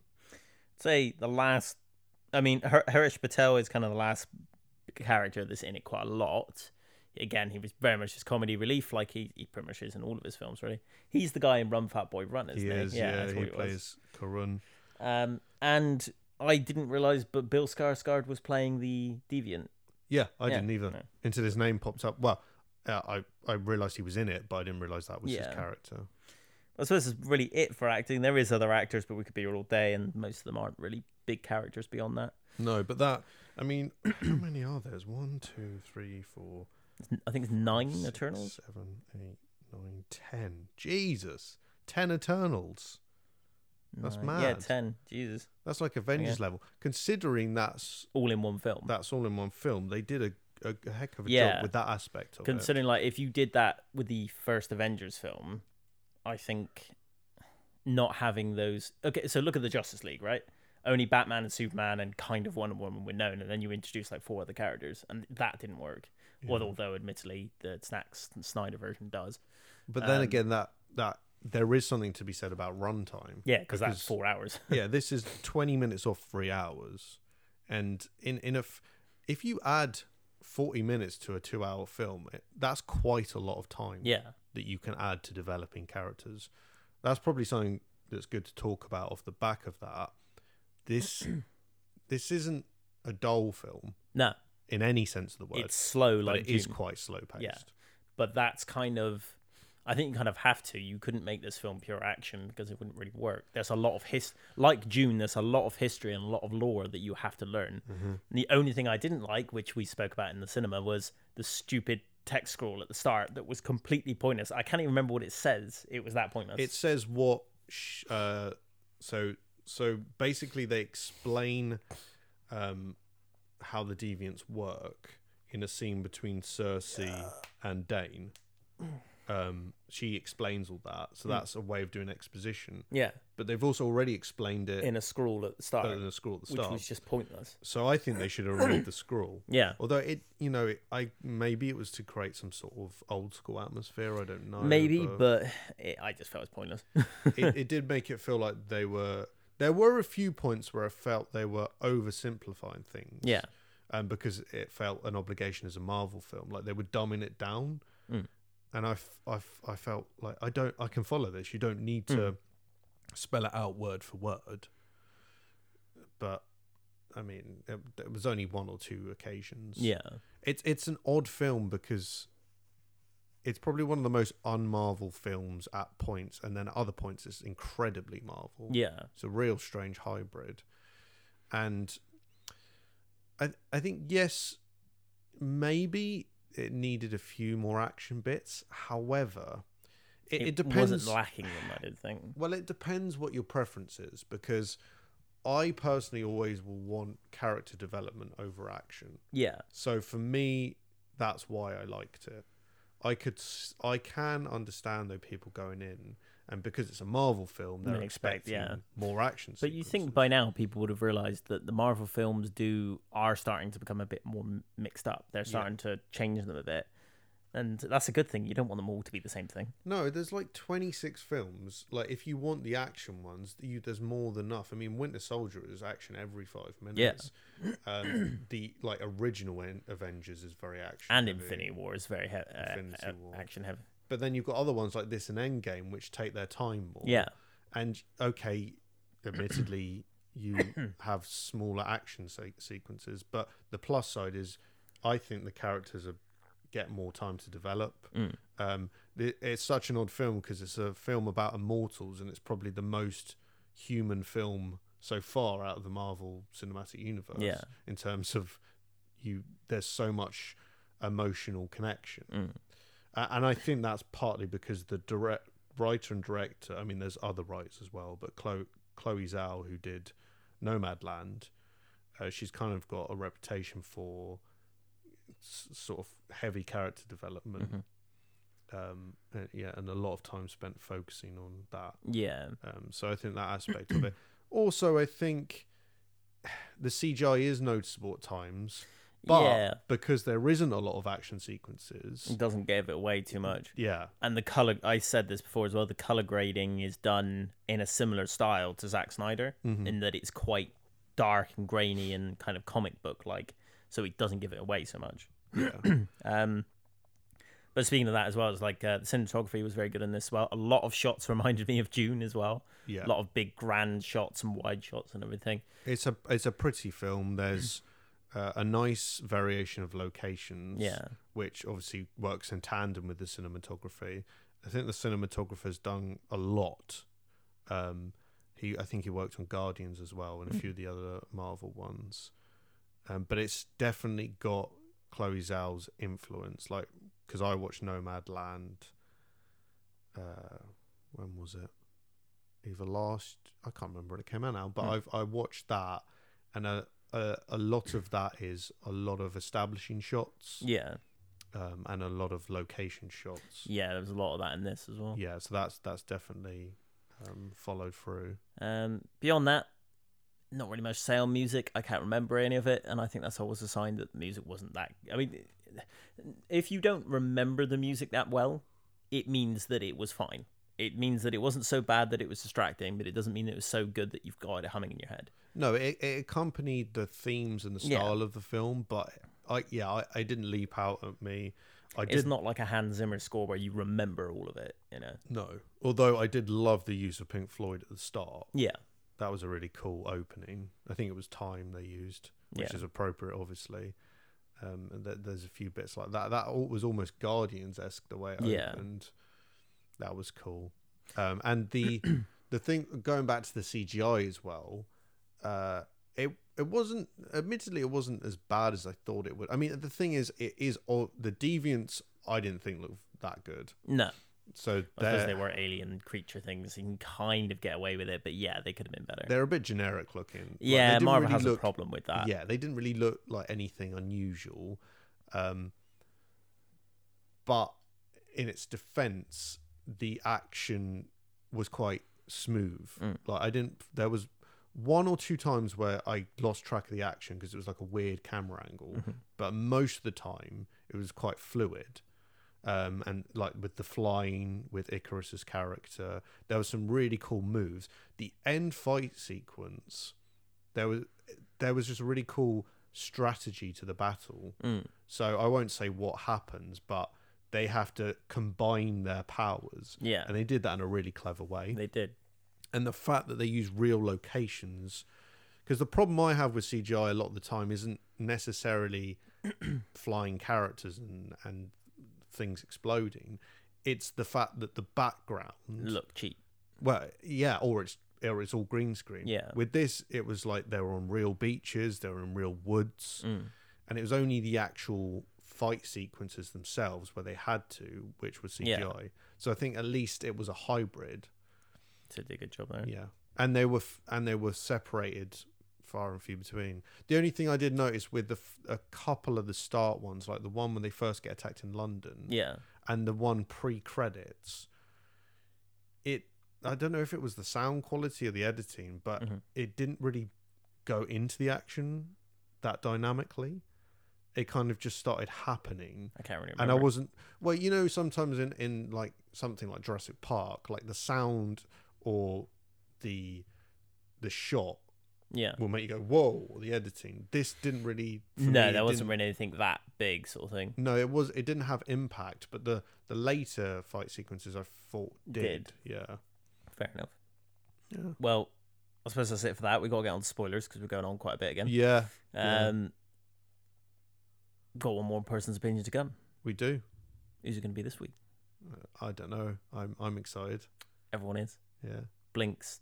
[SPEAKER 1] Say the last, I mean, Har- Harish Patel is kind of the last character that's in it quite a lot. Again, he was very much his comedy relief, like he, he pretty much is in all of his films. Really, he's the guy in Run Fat Boy Run, isn't he?
[SPEAKER 2] he is yeah,
[SPEAKER 1] that's
[SPEAKER 2] he
[SPEAKER 1] what it was.
[SPEAKER 2] plays karun
[SPEAKER 1] Um, and I didn't realize, but Bill Skarsgård was playing the deviant.
[SPEAKER 2] yeah i
[SPEAKER 1] Yeah,
[SPEAKER 2] didn't either
[SPEAKER 1] no.
[SPEAKER 2] until his name popped up well uh, i i realized he was in it but i didn't realize that was
[SPEAKER 1] Yeah.
[SPEAKER 2] his character
[SPEAKER 1] I suppose that's really it for acting. There is other actors, but we could be here all day, and most of them aren't really big characters beyond that.
[SPEAKER 2] No, but that I mean, how many are there? There's one, two, three, four,
[SPEAKER 1] I think it's nine
[SPEAKER 2] six,
[SPEAKER 1] Eternals.
[SPEAKER 2] seven, eight, nine, ten. Jesus, ten Eternals. That's
[SPEAKER 1] Nine- Uh, Yeah,
[SPEAKER 2] mad.
[SPEAKER 1] ten. Jesus,
[SPEAKER 2] That's like Avengers level. Considering that's
[SPEAKER 1] all in one film.
[SPEAKER 2] that's all in one film, they did a, a, a heck of a
[SPEAKER 1] Yeah.
[SPEAKER 2] job with that aspect of it.
[SPEAKER 1] Considering, like, if you did that with the first Avengers film, I think not having those. Okay, so look at the Justice League, right? Only Batman and Superman and kind of Wonder Woman were known, and then you introduce like four other characters, and that didn't work. Well, although admittedly the Snack Snyder version does.
[SPEAKER 2] But then
[SPEAKER 1] Um,
[SPEAKER 2] again, that that there is something to be said about runtime.
[SPEAKER 1] Yeah, because that's four hours.
[SPEAKER 2] yeah, this is 20 minutes off three hours. And in, in a f- if you add 40 minutes to a two hour film, it, that's quite a lot of time
[SPEAKER 1] Yeah.
[SPEAKER 2] that you can add to developing characters. That's probably something that's good to talk about off the back of that. This this isn't a dull film
[SPEAKER 1] No,
[SPEAKER 2] in any sense of the word.
[SPEAKER 1] it's slow
[SPEAKER 2] but
[SPEAKER 1] like
[SPEAKER 2] it is
[SPEAKER 1] Dune.
[SPEAKER 2] quite slow paced.
[SPEAKER 1] Yeah. But that's kind of I think you kind of have to. You couldn't make this film pure action because it wouldn't really work. There's a lot of his like June, there's a lot of history and a lot of lore that you have to learn. And the only thing I didn't like, which we spoke about in the cinema, was the stupid text scroll at the start that was completely pointless. I can't even remember what it says. It was that pointless.
[SPEAKER 2] It says what. Sh- uh, so so basically, they explain um, how the deviants work in a scene between Cersei and Dane. Um, she explains all that,
[SPEAKER 1] Hmm.
[SPEAKER 2] so that's a way of doing exposition.
[SPEAKER 1] yeah.
[SPEAKER 2] But they've also already explained it
[SPEAKER 1] In a scroll at the start.
[SPEAKER 2] in the scroll at the
[SPEAKER 1] which
[SPEAKER 2] start.
[SPEAKER 1] was just pointless.
[SPEAKER 2] So I think they should have removed the scroll.
[SPEAKER 1] Yeah.
[SPEAKER 2] Although it, you know, it, I maybe it was to create some sort of old school atmosphere. I don't know.
[SPEAKER 1] Maybe, but it, I just felt it was pointless.
[SPEAKER 2] it, it did make it feel like they were. There were a few points where I felt they were oversimplifying things.
[SPEAKER 1] yeah.
[SPEAKER 2] Um, because it felt an obligation as a Marvel film, like they were dumbing it down,
[SPEAKER 1] Mm.
[SPEAKER 2] and I, f- I, f- I felt like I don't, I can follow this. You don't need to
[SPEAKER 1] Mm.
[SPEAKER 2] spell it out word for word. But, I mean, it, it was only one or two occasions.
[SPEAKER 1] Yeah.
[SPEAKER 2] It's it's an odd film because it's probably one of the most un-Marvel films at points, and then at other points it's incredibly Marvel.
[SPEAKER 1] Yeah.
[SPEAKER 2] It's a real strange hybrid, and I I think yes, maybe it needed a few more action bits. However, it, it, depends.
[SPEAKER 1] wasn't lacking them, I did think.
[SPEAKER 2] Well, it depends what your preference is because I personally always will want character development over action.
[SPEAKER 1] Yeah.
[SPEAKER 2] So for me, that's why I liked it. I could, s- I can understand though people going in, and because it's a Marvel film, they're
[SPEAKER 1] They expect,
[SPEAKER 2] expecting
[SPEAKER 1] yeah.
[SPEAKER 2] more action.
[SPEAKER 1] But you think
[SPEAKER 2] sequences.
[SPEAKER 1] by now people would have realized that the Marvel films do are starting to become a bit more m- mixed up. They're starting to change them a bit, and that's a good thing. You don't want them all to be the same thing.
[SPEAKER 2] no, there's like 26 films. Like if you want the action ones, you there's more than enough. I mean, Winter Soldier is action every five minutes. Um, the like original en- Avengers is very action.
[SPEAKER 1] And
[SPEAKER 2] heavy.
[SPEAKER 1] Infinity War is very he- uh,
[SPEAKER 2] Infinity
[SPEAKER 1] uh,
[SPEAKER 2] War.
[SPEAKER 1] action heavy.
[SPEAKER 2] But then you've got other ones like this and Endgame, which take their time more.
[SPEAKER 1] Yeah,
[SPEAKER 2] and okay, admittedly, you have smaller action se- sequences, but the plus side is, I think the characters are, get more time to develop. Um, th- it's such an odd film because it's a film about immortals, and it's probably the most human film so far out of the Marvel Cinematic Universe.
[SPEAKER 1] Yeah.
[SPEAKER 2] in terms of you, there's so much emotional connection. Uh, and I think that's partly because the direct writer and director. I mean, there's other writers as well, but Chloe, Chloe Zhao, who did Nomadland, uh, she's kind of got a reputation for s- sort of heavy character
[SPEAKER 1] Mm-hmm.
[SPEAKER 2] development. Um, uh, yeah, and a lot of time spent focusing on that.
[SPEAKER 1] yeah,
[SPEAKER 2] Um, so I think that aspect of it. Also, I think the CGI is noticeable at times, but
[SPEAKER 1] yeah. Mm.
[SPEAKER 2] because there isn't a lot of action sequences,
[SPEAKER 1] It doesn't give it away too much.
[SPEAKER 2] yeah,
[SPEAKER 1] And the color, I said this before as well. The color grading is done in a similar style to Zack Snyder,
[SPEAKER 2] Mm-hmm.
[SPEAKER 1] in that it's quite dark and grainy and kind of comic book like. So it doesn't give it away so much.
[SPEAKER 2] yeah,
[SPEAKER 1] Um, but speaking of that as well, it's like uh, the cinematography was very good in this as well. A lot of shots reminded me of June as well.
[SPEAKER 2] yeah.
[SPEAKER 1] A lot of big grand shots and wide shots and everything.
[SPEAKER 2] It's a it's a pretty film. There's uh, a nice variation of locations,
[SPEAKER 1] Yeah.
[SPEAKER 2] which obviously works in tandem with the cinematography. I think the cinematographer's done a lot. Um, he I think he worked on Guardians as well and a few of the other Marvel ones, um, but it's definitely got Chloe Zhao's influence. Like because I watched Nomad Land. Uh, when was it? Either last I can't remember when it came out now, but
[SPEAKER 1] Hmm.
[SPEAKER 2] I've I watched that, and a, a a lot of that is a lot of establishing shots,
[SPEAKER 1] Yeah,
[SPEAKER 2] um, and a lot of location shots.
[SPEAKER 1] yeah, there was a lot of that in this as well.
[SPEAKER 2] Yeah, so that's that's definitely um, followed through.
[SPEAKER 1] Um, beyond that, not really much to say on music. I can't remember any of it, and I think that's always a sign that the music wasn't that. I mean, if you don't remember the music that well, it means that it was fine. It means that it wasn't so bad that it was distracting, but it doesn't mean it was so good that you've got it humming in your head.
[SPEAKER 2] No, it, it accompanied the themes and the
[SPEAKER 1] Yeah.
[SPEAKER 2] style of the film, but I yeah, I, I didn't leap out at me. I
[SPEAKER 1] It's
[SPEAKER 2] did
[SPEAKER 1] not like a Hans Zimmer score where you remember all of it, you know.
[SPEAKER 2] no. Although I did love the use of Pink Floyd at the start.
[SPEAKER 1] Yeah.
[SPEAKER 2] That was a really cool opening. I think it was time they used, which
[SPEAKER 1] Yeah.
[SPEAKER 2] is appropriate, obviously. Um, and th- there's a few bits like that. That al- was almost Guardians esque the way it
[SPEAKER 1] Yeah.
[SPEAKER 2] opened. That was cool. Um, and the the thing going back to the CGI as well. Uh, it it wasn't admittedly it wasn't as bad as I thought it would. I mean the thing is it is all the deviants I didn't think looked that good.
[SPEAKER 1] No.
[SPEAKER 2] So
[SPEAKER 1] I suppose
[SPEAKER 2] they're-
[SPEAKER 1] they were alien creature things. You can kind of get away with it, but yeah, they could have been better.
[SPEAKER 2] They're a bit generic looking. Like, they
[SPEAKER 1] Yeah,
[SPEAKER 2] didn't
[SPEAKER 1] Marvel
[SPEAKER 2] really
[SPEAKER 1] has a
[SPEAKER 2] look-
[SPEAKER 1] problem with that.
[SPEAKER 2] Yeah, they didn't really look like anything unusual. Um, but in its defense, the action was quite smooth. Like I didn't. There was one or two times where I lost track of the action because it was like a weird camera angle. But most of the time, it was quite fluid. Um, and like with the flying, with Icarus's character, there were some really cool moves. The end fight sequence there was there was just a really cool strategy to the battle. So I won't say what happens, but they have to combine their powers.
[SPEAKER 1] Yeah.
[SPEAKER 2] And they did that in a really clever way.
[SPEAKER 1] They did.
[SPEAKER 2] And the fact that they use real locations because the problem I have with CGI a lot of the time isn't necessarily flying characters and, and things exploding. It's the fact that the background
[SPEAKER 1] Look cheap.
[SPEAKER 2] well, yeah, or it's or it's all green screen.
[SPEAKER 1] Yeah.
[SPEAKER 2] With this, it was like they were on real beaches, they were in real woods,
[SPEAKER 1] Mm.
[SPEAKER 2] and it was only the actual fight sequences themselves where they had to, which was
[SPEAKER 1] Yeah.
[SPEAKER 2] CGI. So I think at least it was a hybrid.
[SPEAKER 1] So they did a good job there.
[SPEAKER 2] Yeah, and they were f- and they were separated far and few between. The only thing I did notice with the f- a couple of the start ones, like the one when they first get attacked in London,
[SPEAKER 1] Yeah.
[SPEAKER 2] and the one pre credits, it I don't know if it was the sound quality or the editing, but it didn't really go into the action that dynamically. It kind of just started happening.
[SPEAKER 1] I can't really remember.
[SPEAKER 2] And I wasn't well, you know, sometimes in, in like something like Jurassic Park, like the sound or the the shot
[SPEAKER 1] yeah.
[SPEAKER 2] will make you go, Whoa, or the editing. This didn't really for
[SPEAKER 1] No,
[SPEAKER 2] me, it
[SPEAKER 1] there
[SPEAKER 2] didn't-
[SPEAKER 1] wasn't really anything that big, sort of thing.
[SPEAKER 2] no, it was. It didn't have impact, but the the later fight sequences I thought did.
[SPEAKER 1] Did.
[SPEAKER 2] Yeah.
[SPEAKER 1] Fair enough.
[SPEAKER 2] Yeah.
[SPEAKER 1] Well, I suppose that's it for that. we got to get on spoilers because we're going on quite a bit again.
[SPEAKER 2] Yeah. yeah.
[SPEAKER 1] Um, Got one more person's opinion to come.
[SPEAKER 2] We do. Uh,
[SPEAKER 1] Who's it going to be this week?
[SPEAKER 2] I don't know. I'm I'm excited.
[SPEAKER 1] Everyone is.
[SPEAKER 2] Yeah.
[SPEAKER 1] Blinks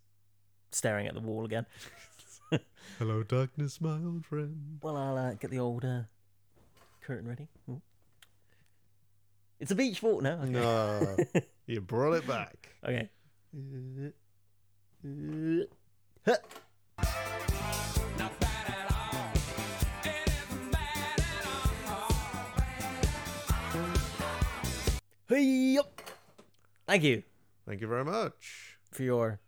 [SPEAKER 1] staring at the wall again.
[SPEAKER 2] Hello, darkness, my old friend.
[SPEAKER 1] Well, I'll uh, get the old uh, curtain ready. Ooh. It's a beach ball now. Okay.
[SPEAKER 2] No, you brought it back.
[SPEAKER 1] Okay. Hey, Thank you
[SPEAKER 2] Thank you very much.
[SPEAKER 1] for your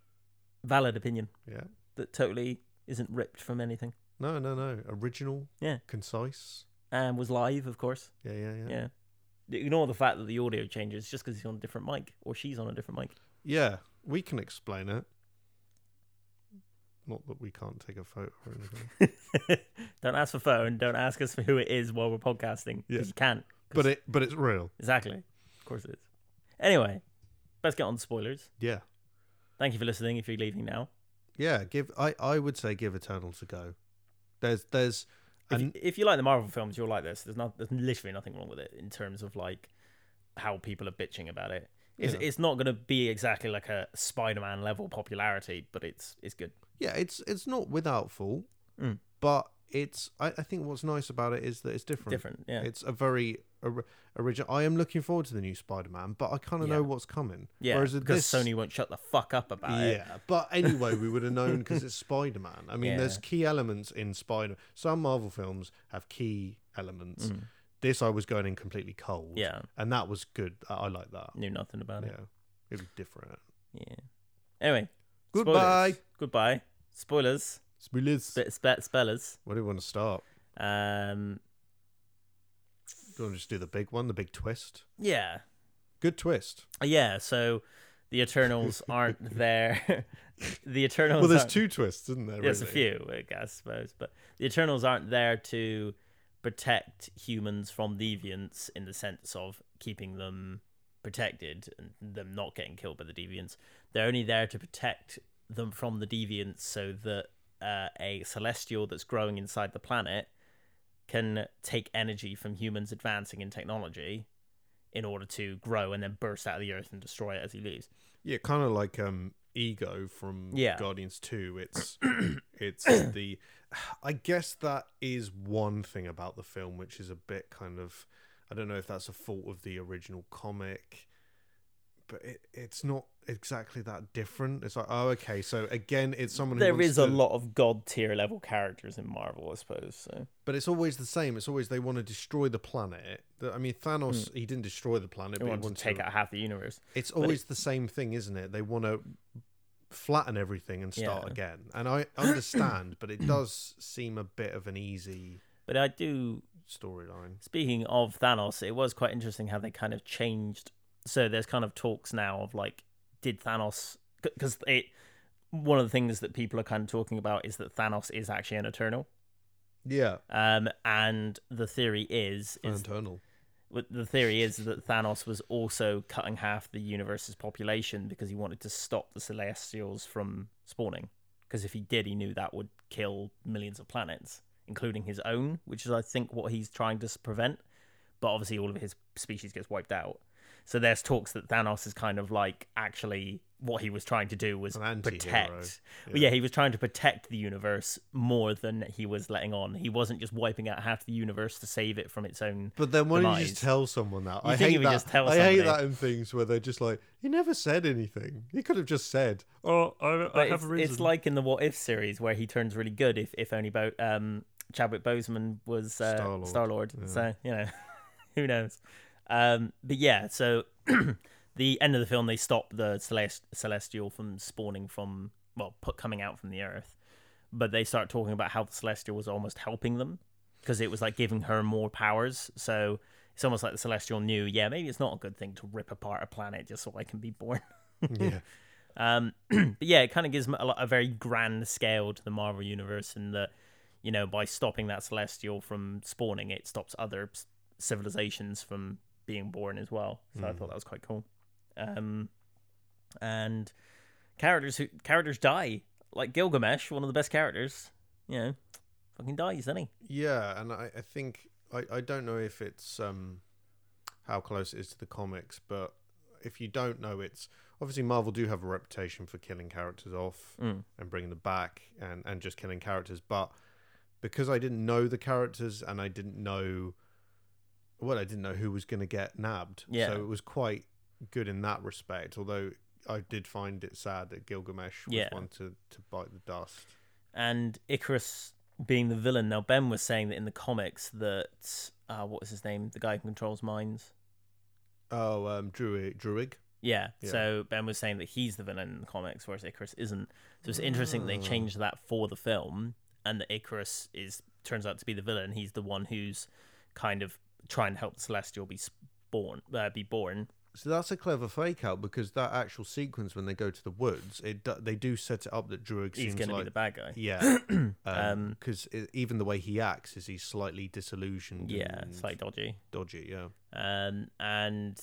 [SPEAKER 1] valid opinion
[SPEAKER 2] Yeah.
[SPEAKER 1] that totally isn't ripped from anything.
[SPEAKER 2] No, no, no. Original.
[SPEAKER 1] Yeah.
[SPEAKER 2] Concise.
[SPEAKER 1] And was live, of course.
[SPEAKER 2] Yeah, yeah, yeah.
[SPEAKER 1] Yeah. Ignore the fact that the audio changes just because he's on a different mic or she's on a different mic.
[SPEAKER 2] Yeah. We can explain it. Not that we can't take a photo or anything.
[SPEAKER 1] don't ask for phone. Don't ask us for who it is while we're podcasting. 'cause
[SPEAKER 2] Yeah.
[SPEAKER 1] You can't.
[SPEAKER 2] but it but it's real.
[SPEAKER 1] Exactly. Of course it is. Anyway, let's get on to spoilers.
[SPEAKER 2] Yeah.
[SPEAKER 1] Thank you for listening if you're leaving now.
[SPEAKER 2] Yeah, give I I would say give Eternals a go. There's there's
[SPEAKER 1] If,
[SPEAKER 2] and
[SPEAKER 1] if you like the Marvel films, you'll like this. There's not there's literally nothing wrong with it in terms of like how people are bitching about it. It's,
[SPEAKER 2] Yeah.
[SPEAKER 1] it's not going to be exactly like a Spider-Man level popularity, but it's it's good.
[SPEAKER 2] yeah, it's it's not without fault,
[SPEAKER 1] Mm.
[SPEAKER 2] but it's I, I think what's nice about it is that it's different.
[SPEAKER 1] Different, yeah.
[SPEAKER 2] It's a very or, original. I am looking forward to the new Spider-Man, but I kind of know
[SPEAKER 1] Yeah.
[SPEAKER 2] what's coming.
[SPEAKER 1] Yeah,
[SPEAKER 2] Whereas with
[SPEAKER 1] because
[SPEAKER 2] this,
[SPEAKER 1] Sony won't shut the fuck up about it.
[SPEAKER 2] Yeah, but anyway, we would have known because it's Spider Man. I mean, there's
[SPEAKER 1] Yeah.
[SPEAKER 2] key elements in Spider. Some Marvel films have key elements. This I was going in completely cold.
[SPEAKER 1] Mm. Yeah.
[SPEAKER 2] and that was good. I, I like that.
[SPEAKER 1] Knew nothing about
[SPEAKER 2] Yeah,
[SPEAKER 1] it.
[SPEAKER 2] it was different.
[SPEAKER 1] Yeah. Anyway. spoilers.
[SPEAKER 2] Goodbye.
[SPEAKER 1] Goodbye. Spoilers.
[SPEAKER 2] Spoilers.
[SPEAKER 1] Spe- spe- spellers.
[SPEAKER 2] Where do you want to start?
[SPEAKER 1] Um.
[SPEAKER 2] Do you want to just do the big one, the big twist?
[SPEAKER 1] Yeah.
[SPEAKER 2] Good twist.
[SPEAKER 1] Yeah. So The Eternals aren't there. the Eternals.
[SPEAKER 2] Well, there's
[SPEAKER 1] aren't-
[SPEAKER 2] two twists, isn't there?
[SPEAKER 1] There's Oh, a
[SPEAKER 2] really?
[SPEAKER 1] few, I guess, suppose, but the Eternals aren't there to protect humans from deviants in the sense of keeping them protected and them not getting killed by the deviants. They're only there to protect them from the deviants so that uh, a celestial that's growing inside the planet can take energy from humans advancing in technology in order to grow and then burst out of the earth and destroy it as he leaves.
[SPEAKER 2] Yeah, kind of like um ego from
[SPEAKER 1] Yeah.
[SPEAKER 2] Guardians Two. It's it's the I guess that is one thing about the film which is a bit kind of I don't know if that's a fault of the original comic, but it, it's not exactly that different. It's like oh okay, so again it's someone who
[SPEAKER 1] There
[SPEAKER 2] wants
[SPEAKER 1] is a
[SPEAKER 2] to-
[SPEAKER 1] lot of god tier level characters in Marvel, I suppose. So.
[SPEAKER 2] but it's always the same. It's always they want to destroy the planet. The- I mean Thanos he didn't destroy the planet,
[SPEAKER 1] They
[SPEAKER 2] but he
[SPEAKER 1] Hmm. wanted
[SPEAKER 2] wanted
[SPEAKER 1] to take out half the universe.
[SPEAKER 2] It's always the same thing, isn't it? They want to flatten everything and start
[SPEAKER 1] Yeah.
[SPEAKER 2] again. And I understand, but it does seem a bit of an easy
[SPEAKER 1] But I do.
[SPEAKER 2] storyline.
[SPEAKER 1] Speaking of Thanos, it was quite interesting how they kind of changed. So there's kind of talks now of like, did Thanos? Because it one of the things that people are kind of talking about is that Thanos is actually an Eternal.
[SPEAKER 2] Yeah,
[SPEAKER 1] Um, and the theory is is
[SPEAKER 2] internal.
[SPEAKER 1] Well, the theory is that Thanos was also cutting half the universe's population because he wanted to stop the Celestials from spawning. Because if he did, he knew that would kill millions of planets, including his own, which is, I think, what he's trying to s- prevent. But obviously, all of his species gets wiped out. So there's talks that Thanos is kind of like actually what he was trying to do was
[SPEAKER 2] An anti-hero,
[SPEAKER 1] protect.
[SPEAKER 2] yeah.
[SPEAKER 1] Well, yeah, he was trying to protect the universe more than he was letting on. He wasn't just wiping out half the universe to save it from its own.
[SPEAKER 2] But then why don't you
[SPEAKER 1] demise.
[SPEAKER 2] just tell someone that?
[SPEAKER 1] You
[SPEAKER 2] I
[SPEAKER 1] think
[SPEAKER 2] hate
[SPEAKER 1] if you
[SPEAKER 2] that.
[SPEAKER 1] just tell
[SPEAKER 2] I hate
[SPEAKER 1] somebody.
[SPEAKER 2] that in things where they're just like, he never said anything. He could have just said, "Oh, I, I
[SPEAKER 1] But
[SPEAKER 2] have
[SPEAKER 1] it's,
[SPEAKER 2] a reason."
[SPEAKER 1] it's like in the What If series where he turns really good if, if only Bo- um, Chadwick Boseman was uh,
[SPEAKER 2] Star-Lord.
[SPEAKER 1] Star Lord. So you know, who knows? Um, but yeah, so the end of the film they stop the celest- celestial from spawning from well, put coming out from the earth, but they start talking about how the celestial was almost helping them because it was like giving her more powers. So it's almost like the celestial knew, yeah, maybe it's not a good thing to rip apart a planet just so I can be born.
[SPEAKER 2] yeah,
[SPEAKER 1] Um, but yeah, it kind of gives a, lo- a very grand scale to the Marvel universe in that, you know, by stopping that celestial from spawning, it stops other s- civilizations from being born as well. So I thought that was quite cool. Um, and characters who characters die, like Gilgamesh, one of the best characters, you know, fucking dies, doesn't he?
[SPEAKER 2] yeah. And I, I think I, I don't know if it's um how close it is to the comics, but if you don't know, it's obviously Marvel do have a reputation for killing characters off.
[SPEAKER 1] Mm.
[SPEAKER 2] and bringing them back and, and just killing characters. But because I didn't know the characters and I didn't know, well, I didn't know who was going to get nabbed.
[SPEAKER 1] Yeah.
[SPEAKER 2] So it was quite good in that respect. Although I did find it sad that Gilgamesh was
[SPEAKER 1] Yeah.
[SPEAKER 2] one to, to bite the dust.
[SPEAKER 1] and Icarus being the villain. Now Ben was saying that in the comics that uh, what was his name, the guy who controls minds.
[SPEAKER 2] Oh, um, Druid, Druig.
[SPEAKER 1] Yeah.
[SPEAKER 2] Yeah.
[SPEAKER 1] So Ben was saying that he's the villain in the comics, whereas Icarus isn't. So it's interesting
[SPEAKER 2] Mm.
[SPEAKER 1] they changed that for the film, and that Icarus is turns out to be the villain. He's the one who's kind of trying to help the Celestial be born, uh, be born.
[SPEAKER 2] So that's a clever fake out because that actual sequence when they go to the woods, it do- they do set it up that Druig
[SPEAKER 1] He's
[SPEAKER 2] seems
[SPEAKER 1] going to
[SPEAKER 2] like
[SPEAKER 1] be the bad guy.
[SPEAKER 2] yeah,
[SPEAKER 1] Um,
[SPEAKER 2] because even the way he acts is he's slightly disillusioned.
[SPEAKER 1] Yeah,
[SPEAKER 2] and
[SPEAKER 1] it's like dodgy.
[SPEAKER 2] dodgy. Yeah,
[SPEAKER 1] Um, and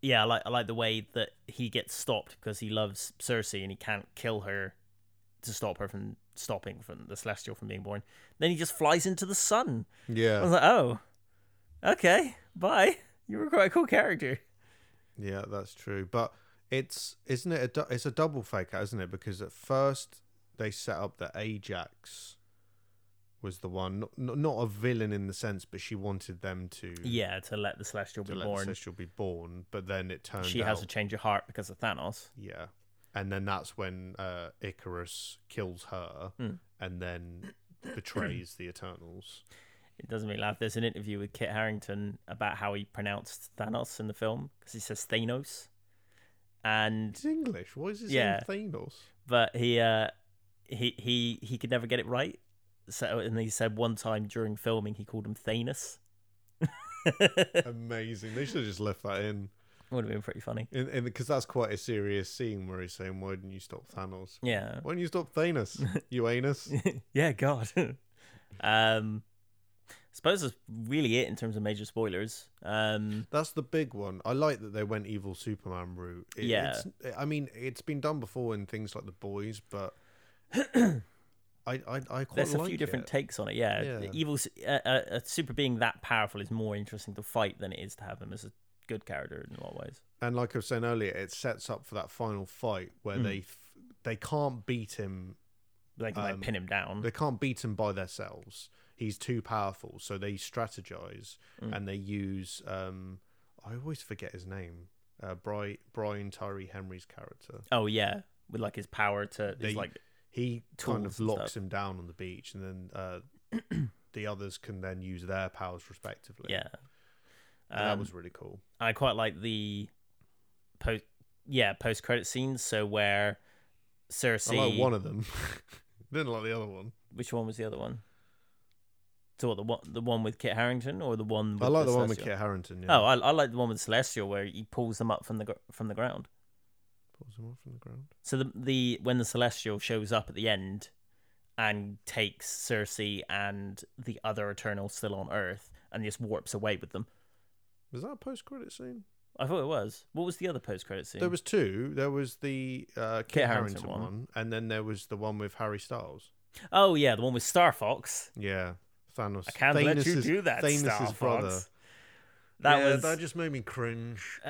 [SPEAKER 1] yeah, I like I like the way that he gets stopped because he loves Cersei and he can't kill her to stop her from stopping from the Celestial from being born. Then he just flies into the sun.
[SPEAKER 2] yeah.
[SPEAKER 1] I was like, oh, okay, bye. You were quite a cool character.
[SPEAKER 2] Yeah, that's true. But it's isn't it a du- it's a double fake out, isn't it? Because at first they set up that Ajax was the one, not, not- not a villain in the sense, but she wanted them to
[SPEAKER 1] Yeah, to let the Celestial
[SPEAKER 2] to
[SPEAKER 1] be
[SPEAKER 2] let the
[SPEAKER 1] born.
[SPEAKER 2] Celestial be born. But then it turned
[SPEAKER 1] She
[SPEAKER 2] out,
[SPEAKER 1] has a change of heart because of Thanos.
[SPEAKER 2] yeah, and then that's when uh, Icarus kills her,
[SPEAKER 1] Hmm.
[SPEAKER 2] and then betrays the Eternals.
[SPEAKER 1] It doesn't really laugh. There's an interview with Kit Harrington about how he pronounced Thanos in the film because he says Thanos, and
[SPEAKER 2] He's English. Why is his
[SPEAKER 1] Yeah.
[SPEAKER 2] name Thanos?
[SPEAKER 1] but he uh he he he could never get it right. So and he said one time during filming he called him Thanos.
[SPEAKER 2] Amazing. They should have just left that in.
[SPEAKER 1] Would have been pretty funny.
[SPEAKER 2] in because that's quite a serious scene where he's saying, "Why didn't you stop Thanos?
[SPEAKER 1] Yeah.
[SPEAKER 2] Why didn't you stop Thanos? you anus."
[SPEAKER 1] yeah, God. um, suppose that's really it in terms of major spoilers. Um,
[SPEAKER 2] That's the big one. I like that they went evil Superman route. It-
[SPEAKER 1] Yeah.
[SPEAKER 2] it's, I mean, it's been done before in things like The Boys, but I I, I quite
[SPEAKER 1] there's a
[SPEAKER 2] like
[SPEAKER 1] few different
[SPEAKER 2] it.
[SPEAKER 1] takes on it. Yeah,
[SPEAKER 2] Yeah.
[SPEAKER 1] The evil, s- a, a, a super being that powerful is more interesting to fight than it is to have him as a good character in a lot of ways.
[SPEAKER 2] and like I was saying earlier, it sets up for that final fight
[SPEAKER 1] Hmm.
[SPEAKER 2] where they f- they can't beat him.
[SPEAKER 1] They can like
[SPEAKER 2] Um,
[SPEAKER 1] pin him down.
[SPEAKER 2] They can't beat him by themselves. He's too powerful, so they strategize
[SPEAKER 1] Hmm.
[SPEAKER 2] and they use. Um, I always forget his name. Uh, Bri- Brian Tyree Henry's character.
[SPEAKER 1] oh yeah, with like his power to
[SPEAKER 2] They-
[SPEAKER 1] he's like
[SPEAKER 2] he kind
[SPEAKER 1] tools
[SPEAKER 2] of
[SPEAKER 1] and
[SPEAKER 2] locks him down on the beach, and then uh, the others can then use their powers respectively.
[SPEAKER 1] yeah.
[SPEAKER 2] And that
[SPEAKER 1] Um,
[SPEAKER 2] was really cool.
[SPEAKER 1] I quite like the post yeah post credit scenes. So where Cersei,
[SPEAKER 2] I like one of them. Didn't like the other one.
[SPEAKER 1] which one was the other one? So what the one the one with Kit Harrington or the one? With
[SPEAKER 2] I like the, one with
[SPEAKER 1] Celestial?
[SPEAKER 2] Kit Harrington. Yeah.
[SPEAKER 1] Oh, I, I like the one with Celestial where he pulls them up from the gr- from the ground.
[SPEAKER 2] Pulls him off from the ground.
[SPEAKER 1] So the the when the Celestial shows up at the end and takes Cersei and the other Eternal still on Earth and just warps away with them.
[SPEAKER 2] Was that a post-credit scene?
[SPEAKER 1] I thought it was. What was the other post credit scene?
[SPEAKER 2] There was two. There was the uh,
[SPEAKER 1] Harrington
[SPEAKER 2] Kit, Harrington,
[SPEAKER 1] one.
[SPEAKER 2] one. and then there was the one with Harry Styles.
[SPEAKER 1] Oh yeah, the one with Star Fox.
[SPEAKER 2] Yeah, Thanos.
[SPEAKER 1] I can't let you
[SPEAKER 2] Thanos'
[SPEAKER 1] do that,
[SPEAKER 2] Thanos'
[SPEAKER 1] Star
[SPEAKER 2] brother.
[SPEAKER 1] Fox. That
[SPEAKER 2] yeah,
[SPEAKER 1] was. Uh,
[SPEAKER 2] that just made me cringe.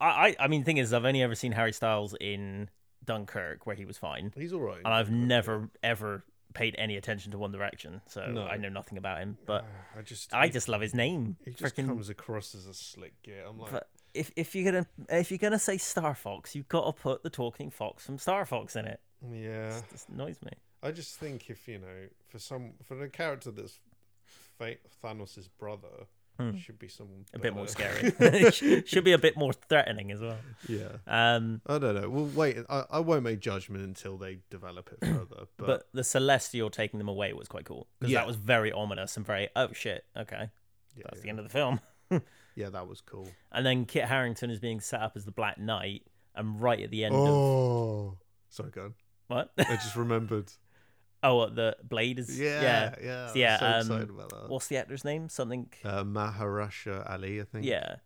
[SPEAKER 1] I, I I mean, thing is, I've only ever seen Harry Styles in Dunkirk where he was fine.
[SPEAKER 2] He's all right.
[SPEAKER 1] and I've never ever paid any attention to One Direction, so
[SPEAKER 2] No.
[SPEAKER 1] I know nothing about him. But
[SPEAKER 2] I just,
[SPEAKER 1] uh, I
[SPEAKER 2] he-
[SPEAKER 1] just love his name.
[SPEAKER 2] he just
[SPEAKER 1] Frickin-
[SPEAKER 2] comes across as a slick git. I'm like,
[SPEAKER 1] but if if you're gonna if you're gonna say Star Fox, you've got to put the talking fox from Star Fox in it.
[SPEAKER 2] yeah.
[SPEAKER 1] It just annoys me.
[SPEAKER 2] I just think if you know, for some for a character that's fa- Thanos' brother, should be someone
[SPEAKER 1] Hmm. A bit more
[SPEAKER 2] better.
[SPEAKER 1] scary. Should be a bit more threatening as well.
[SPEAKER 2] Yeah,
[SPEAKER 1] Um,
[SPEAKER 2] I don't know. Well, wait. I, I won't make judgment until they develop it further. But,
[SPEAKER 1] but the Celestial taking them away was quite cool because
[SPEAKER 2] Yeah.
[SPEAKER 1] that was very ominous and very oh shit okay
[SPEAKER 2] yeah,
[SPEAKER 1] that's
[SPEAKER 2] yeah,
[SPEAKER 1] the end of the film.
[SPEAKER 2] yeah, that was cool.
[SPEAKER 1] and then Kit Harrington is being set up as the Black Knight, and right at the end of
[SPEAKER 2] Oh, sorry, go on.
[SPEAKER 1] what?
[SPEAKER 2] I just remembered.
[SPEAKER 1] Oh, what, the blade is.
[SPEAKER 2] Yeah, yeah.
[SPEAKER 1] So, yeah,
[SPEAKER 2] so
[SPEAKER 1] um,
[SPEAKER 2] excited about that.
[SPEAKER 1] What's the actor's name? Something.
[SPEAKER 2] uh, Maharasha Ali, I think.
[SPEAKER 1] yeah.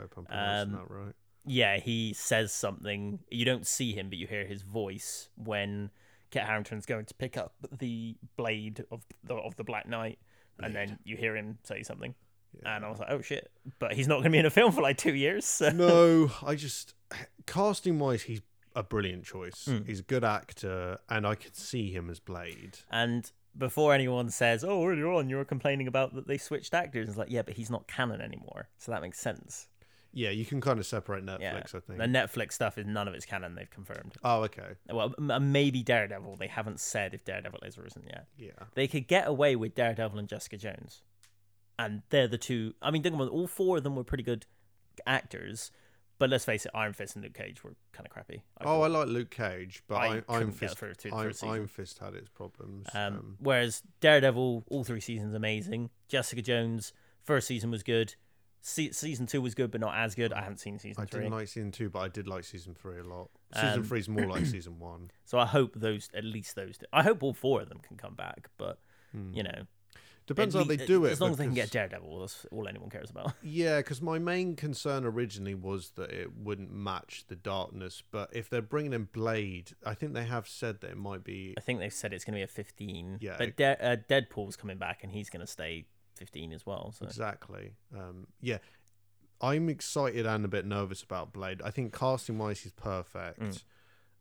[SPEAKER 2] Hope I'm pronouncing
[SPEAKER 1] um,
[SPEAKER 2] that right.
[SPEAKER 1] Yeah, he says something. You don't see him, but you hear his voice when Kit Harrington's going to pick up the blade of the, of the Black Knight, and then you hear him say something. And I was like, oh shit. But he's not going to be in a film for like two years. So.
[SPEAKER 2] no, I just casting wise, he's a brilliant choice.
[SPEAKER 1] Hmm.
[SPEAKER 2] He's a good actor, and I could see him as Blade.
[SPEAKER 1] And before anyone says, oh, earlier on you were complaining about that they switched actors, it's like, yeah, but he's not canon anymore. So that makes sense.
[SPEAKER 2] Yeah, you can kind of separate Netflix,
[SPEAKER 1] Yeah.
[SPEAKER 2] I think.
[SPEAKER 1] The Netflix stuff is none of it's canon, they've confirmed.
[SPEAKER 2] oh, okay.
[SPEAKER 1] Well, m- m- maybe Daredevil. They haven't said if Daredevil is or isn't yet.
[SPEAKER 2] Yeah.
[SPEAKER 1] They could get away with Daredevil and Jessica Jones, and they're the two. I mean, think about it, all four of them were pretty good actors, but let's face it, Iron Fist and Luke Cage were kind of crappy. I
[SPEAKER 2] Oh, I like Luke Cage, but
[SPEAKER 1] I
[SPEAKER 2] I, Iron
[SPEAKER 1] couldn't get
[SPEAKER 2] Fist.
[SPEAKER 1] through to the
[SPEAKER 2] Iron,
[SPEAKER 1] first season.
[SPEAKER 2] Iron Fist had its problems.
[SPEAKER 1] Um,
[SPEAKER 2] um,
[SPEAKER 1] whereas Daredevil, all three seasons amazing. Jessica Jones, first season was good. Se- season two was good, but not as good. I haven't seen season
[SPEAKER 2] I
[SPEAKER 1] three,
[SPEAKER 2] didn't like season two, but I did like season three a lot. Season
[SPEAKER 1] Um,
[SPEAKER 2] three is more like season one.
[SPEAKER 1] so I hope those, at least those. Two, I hope all four of them can come back, but you know,
[SPEAKER 2] Hmm. Depends
[SPEAKER 1] at
[SPEAKER 2] how they
[SPEAKER 1] lea-
[SPEAKER 2] do it.
[SPEAKER 1] As long as they can
[SPEAKER 2] because-
[SPEAKER 1] get Daredevil, that's all anyone cares about.
[SPEAKER 2] Yeah, because my main concern originally was that it wouldn't match the darkness, but if they're bringing in Blade, I think they have said that it might be.
[SPEAKER 1] I think they've said it's going to be a 15.
[SPEAKER 2] Yeah,
[SPEAKER 1] But
[SPEAKER 2] it-
[SPEAKER 1] De- uh, Deadpool's coming back and he's going to stay 15 as well. So
[SPEAKER 2] Exactly. Um, yeah. I'm excited and a bit nervous about Blade. I think casting wise, he's perfect.
[SPEAKER 1] Mm.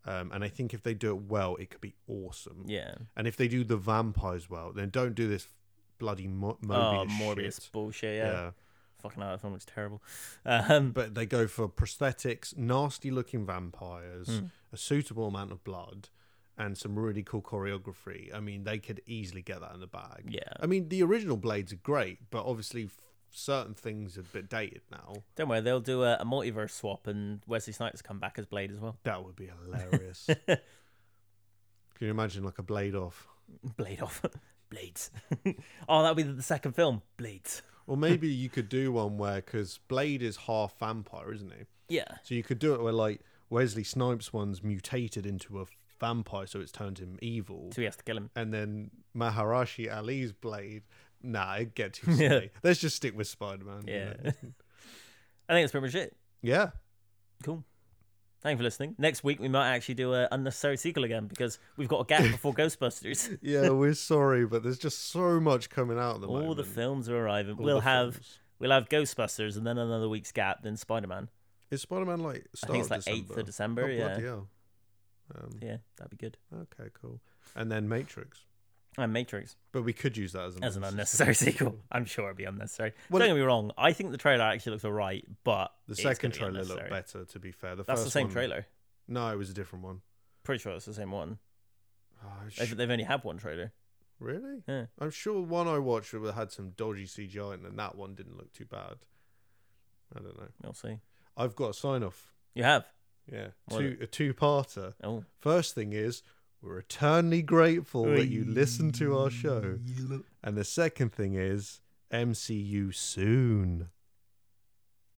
[SPEAKER 2] Um, and I think if they do it well, it could be awesome.
[SPEAKER 1] yeah.
[SPEAKER 2] And if they do the vampires well, then don't do this bloody Mo- Mobius.
[SPEAKER 1] oh, Morbius
[SPEAKER 2] shit.
[SPEAKER 1] bullshit.
[SPEAKER 2] Yeah.
[SPEAKER 1] Yeah. Fucking hell, that film looks terrible. Um,
[SPEAKER 2] But they go for prosthetics, nasty looking vampires, a suitable amount of blood, and some really cool choreography. I mean, they could easily get that in the bag.
[SPEAKER 1] Yeah.
[SPEAKER 2] I mean, the original Blades are great, but obviously f- certain things are a bit dated now.
[SPEAKER 1] don't worry, they'll do a, a multiverse swap and Wesley Snipes come back as Blade as well.
[SPEAKER 2] That would be hilarious. Can you imagine like a blade off?
[SPEAKER 1] Blade off. Blades. oh, that'll be the second film. Blades.
[SPEAKER 2] Or maybe you could do one where, because Blade is half vampire, isn't he?
[SPEAKER 1] Yeah.
[SPEAKER 2] So you could do it where like Wesley Snipes one's mutated into a vampire, so it's turned him evil,
[SPEAKER 1] So he has to kill him.
[SPEAKER 2] and then Maharashi Ali's blade. Nah, it get too silly. Let's just stick with Spider Man.
[SPEAKER 1] Yeah. I think that's pretty much it.
[SPEAKER 2] yeah.
[SPEAKER 1] Cool. Thank you for listening. Next week we might actually do an unnecessary sequel again because we've got a gap before Ghostbusters.
[SPEAKER 2] Yeah, we're sorry, but there's just so much coming out at the
[SPEAKER 1] All
[SPEAKER 2] moment.
[SPEAKER 1] the films are arriving.
[SPEAKER 2] All
[SPEAKER 1] we'll
[SPEAKER 2] the
[SPEAKER 1] have
[SPEAKER 2] films.
[SPEAKER 1] we'll have Ghostbusters and then another week's gap, then Spider Man.
[SPEAKER 2] Is Spider Man like
[SPEAKER 1] I
[SPEAKER 2] start
[SPEAKER 1] think it's
[SPEAKER 2] of
[SPEAKER 1] like eighth of
[SPEAKER 2] December?
[SPEAKER 1] December.
[SPEAKER 2] Oh,
[SPEAKER 1] yeah,
[SPEAKER 2] bloody hell. Um,
[SPEAKER 1] yeah, that'd be good.
[SPEAKER 2] Okay, cool. And then Matrix.
[SPEAKER 1] And Matrix
[SPEAKER 2] But we could use that as an,
[SPEAKER 1] as an unnecessary sequel. I'm sure it'd be unnecessary.
[SPEAKER 2] Well,
[SPEAKER 1] Don't get me wrong. I think the trailer actually looks alright, but
[SPEAKER 2] The
[SPEAKER 1] it's
[SPEAKER 2] second
[SPEAKER 1] gonna be
[SPEAKER 2] trailer looked
[SPEAKER 1] unnecessary.
[SPEAKER 2] better, to be fair. The
[SPEAKER 1] That's
[SPEAKER 2] first
[SPEAKER 1] the same
[SPEAKER 2] one-
[SPEAKER 1] trailer.
[SPEAKER 2] No, it was a different one.
[SPEAKER 1] Pretty sure it's the same one.
[SPEAKER 2] Oh, sh-
[SPEAKER 1] They've, they've only had one trailer.
[SPEAKER 2] really?
[SPEAKER 1] Yeah.
[SPEAKER 2] I'm sure one I watched it had some dodgy CGI, and then that one didn't look too bad. I don't know.
[SPEAKER 1] We'll see.
[SPEAKER 2] I've got a sign off.
[SPEAKER 1] You have.
[SPEAKER 2] Yeah,
[SPEAKER 1] What?
[SPEAKER 2] two a two parter.
[SPEAKER 1] Oh,
[SPEAKER 2] First thing is, we're eternally grateful that you listen to our show. And the second thing is, MCU soon.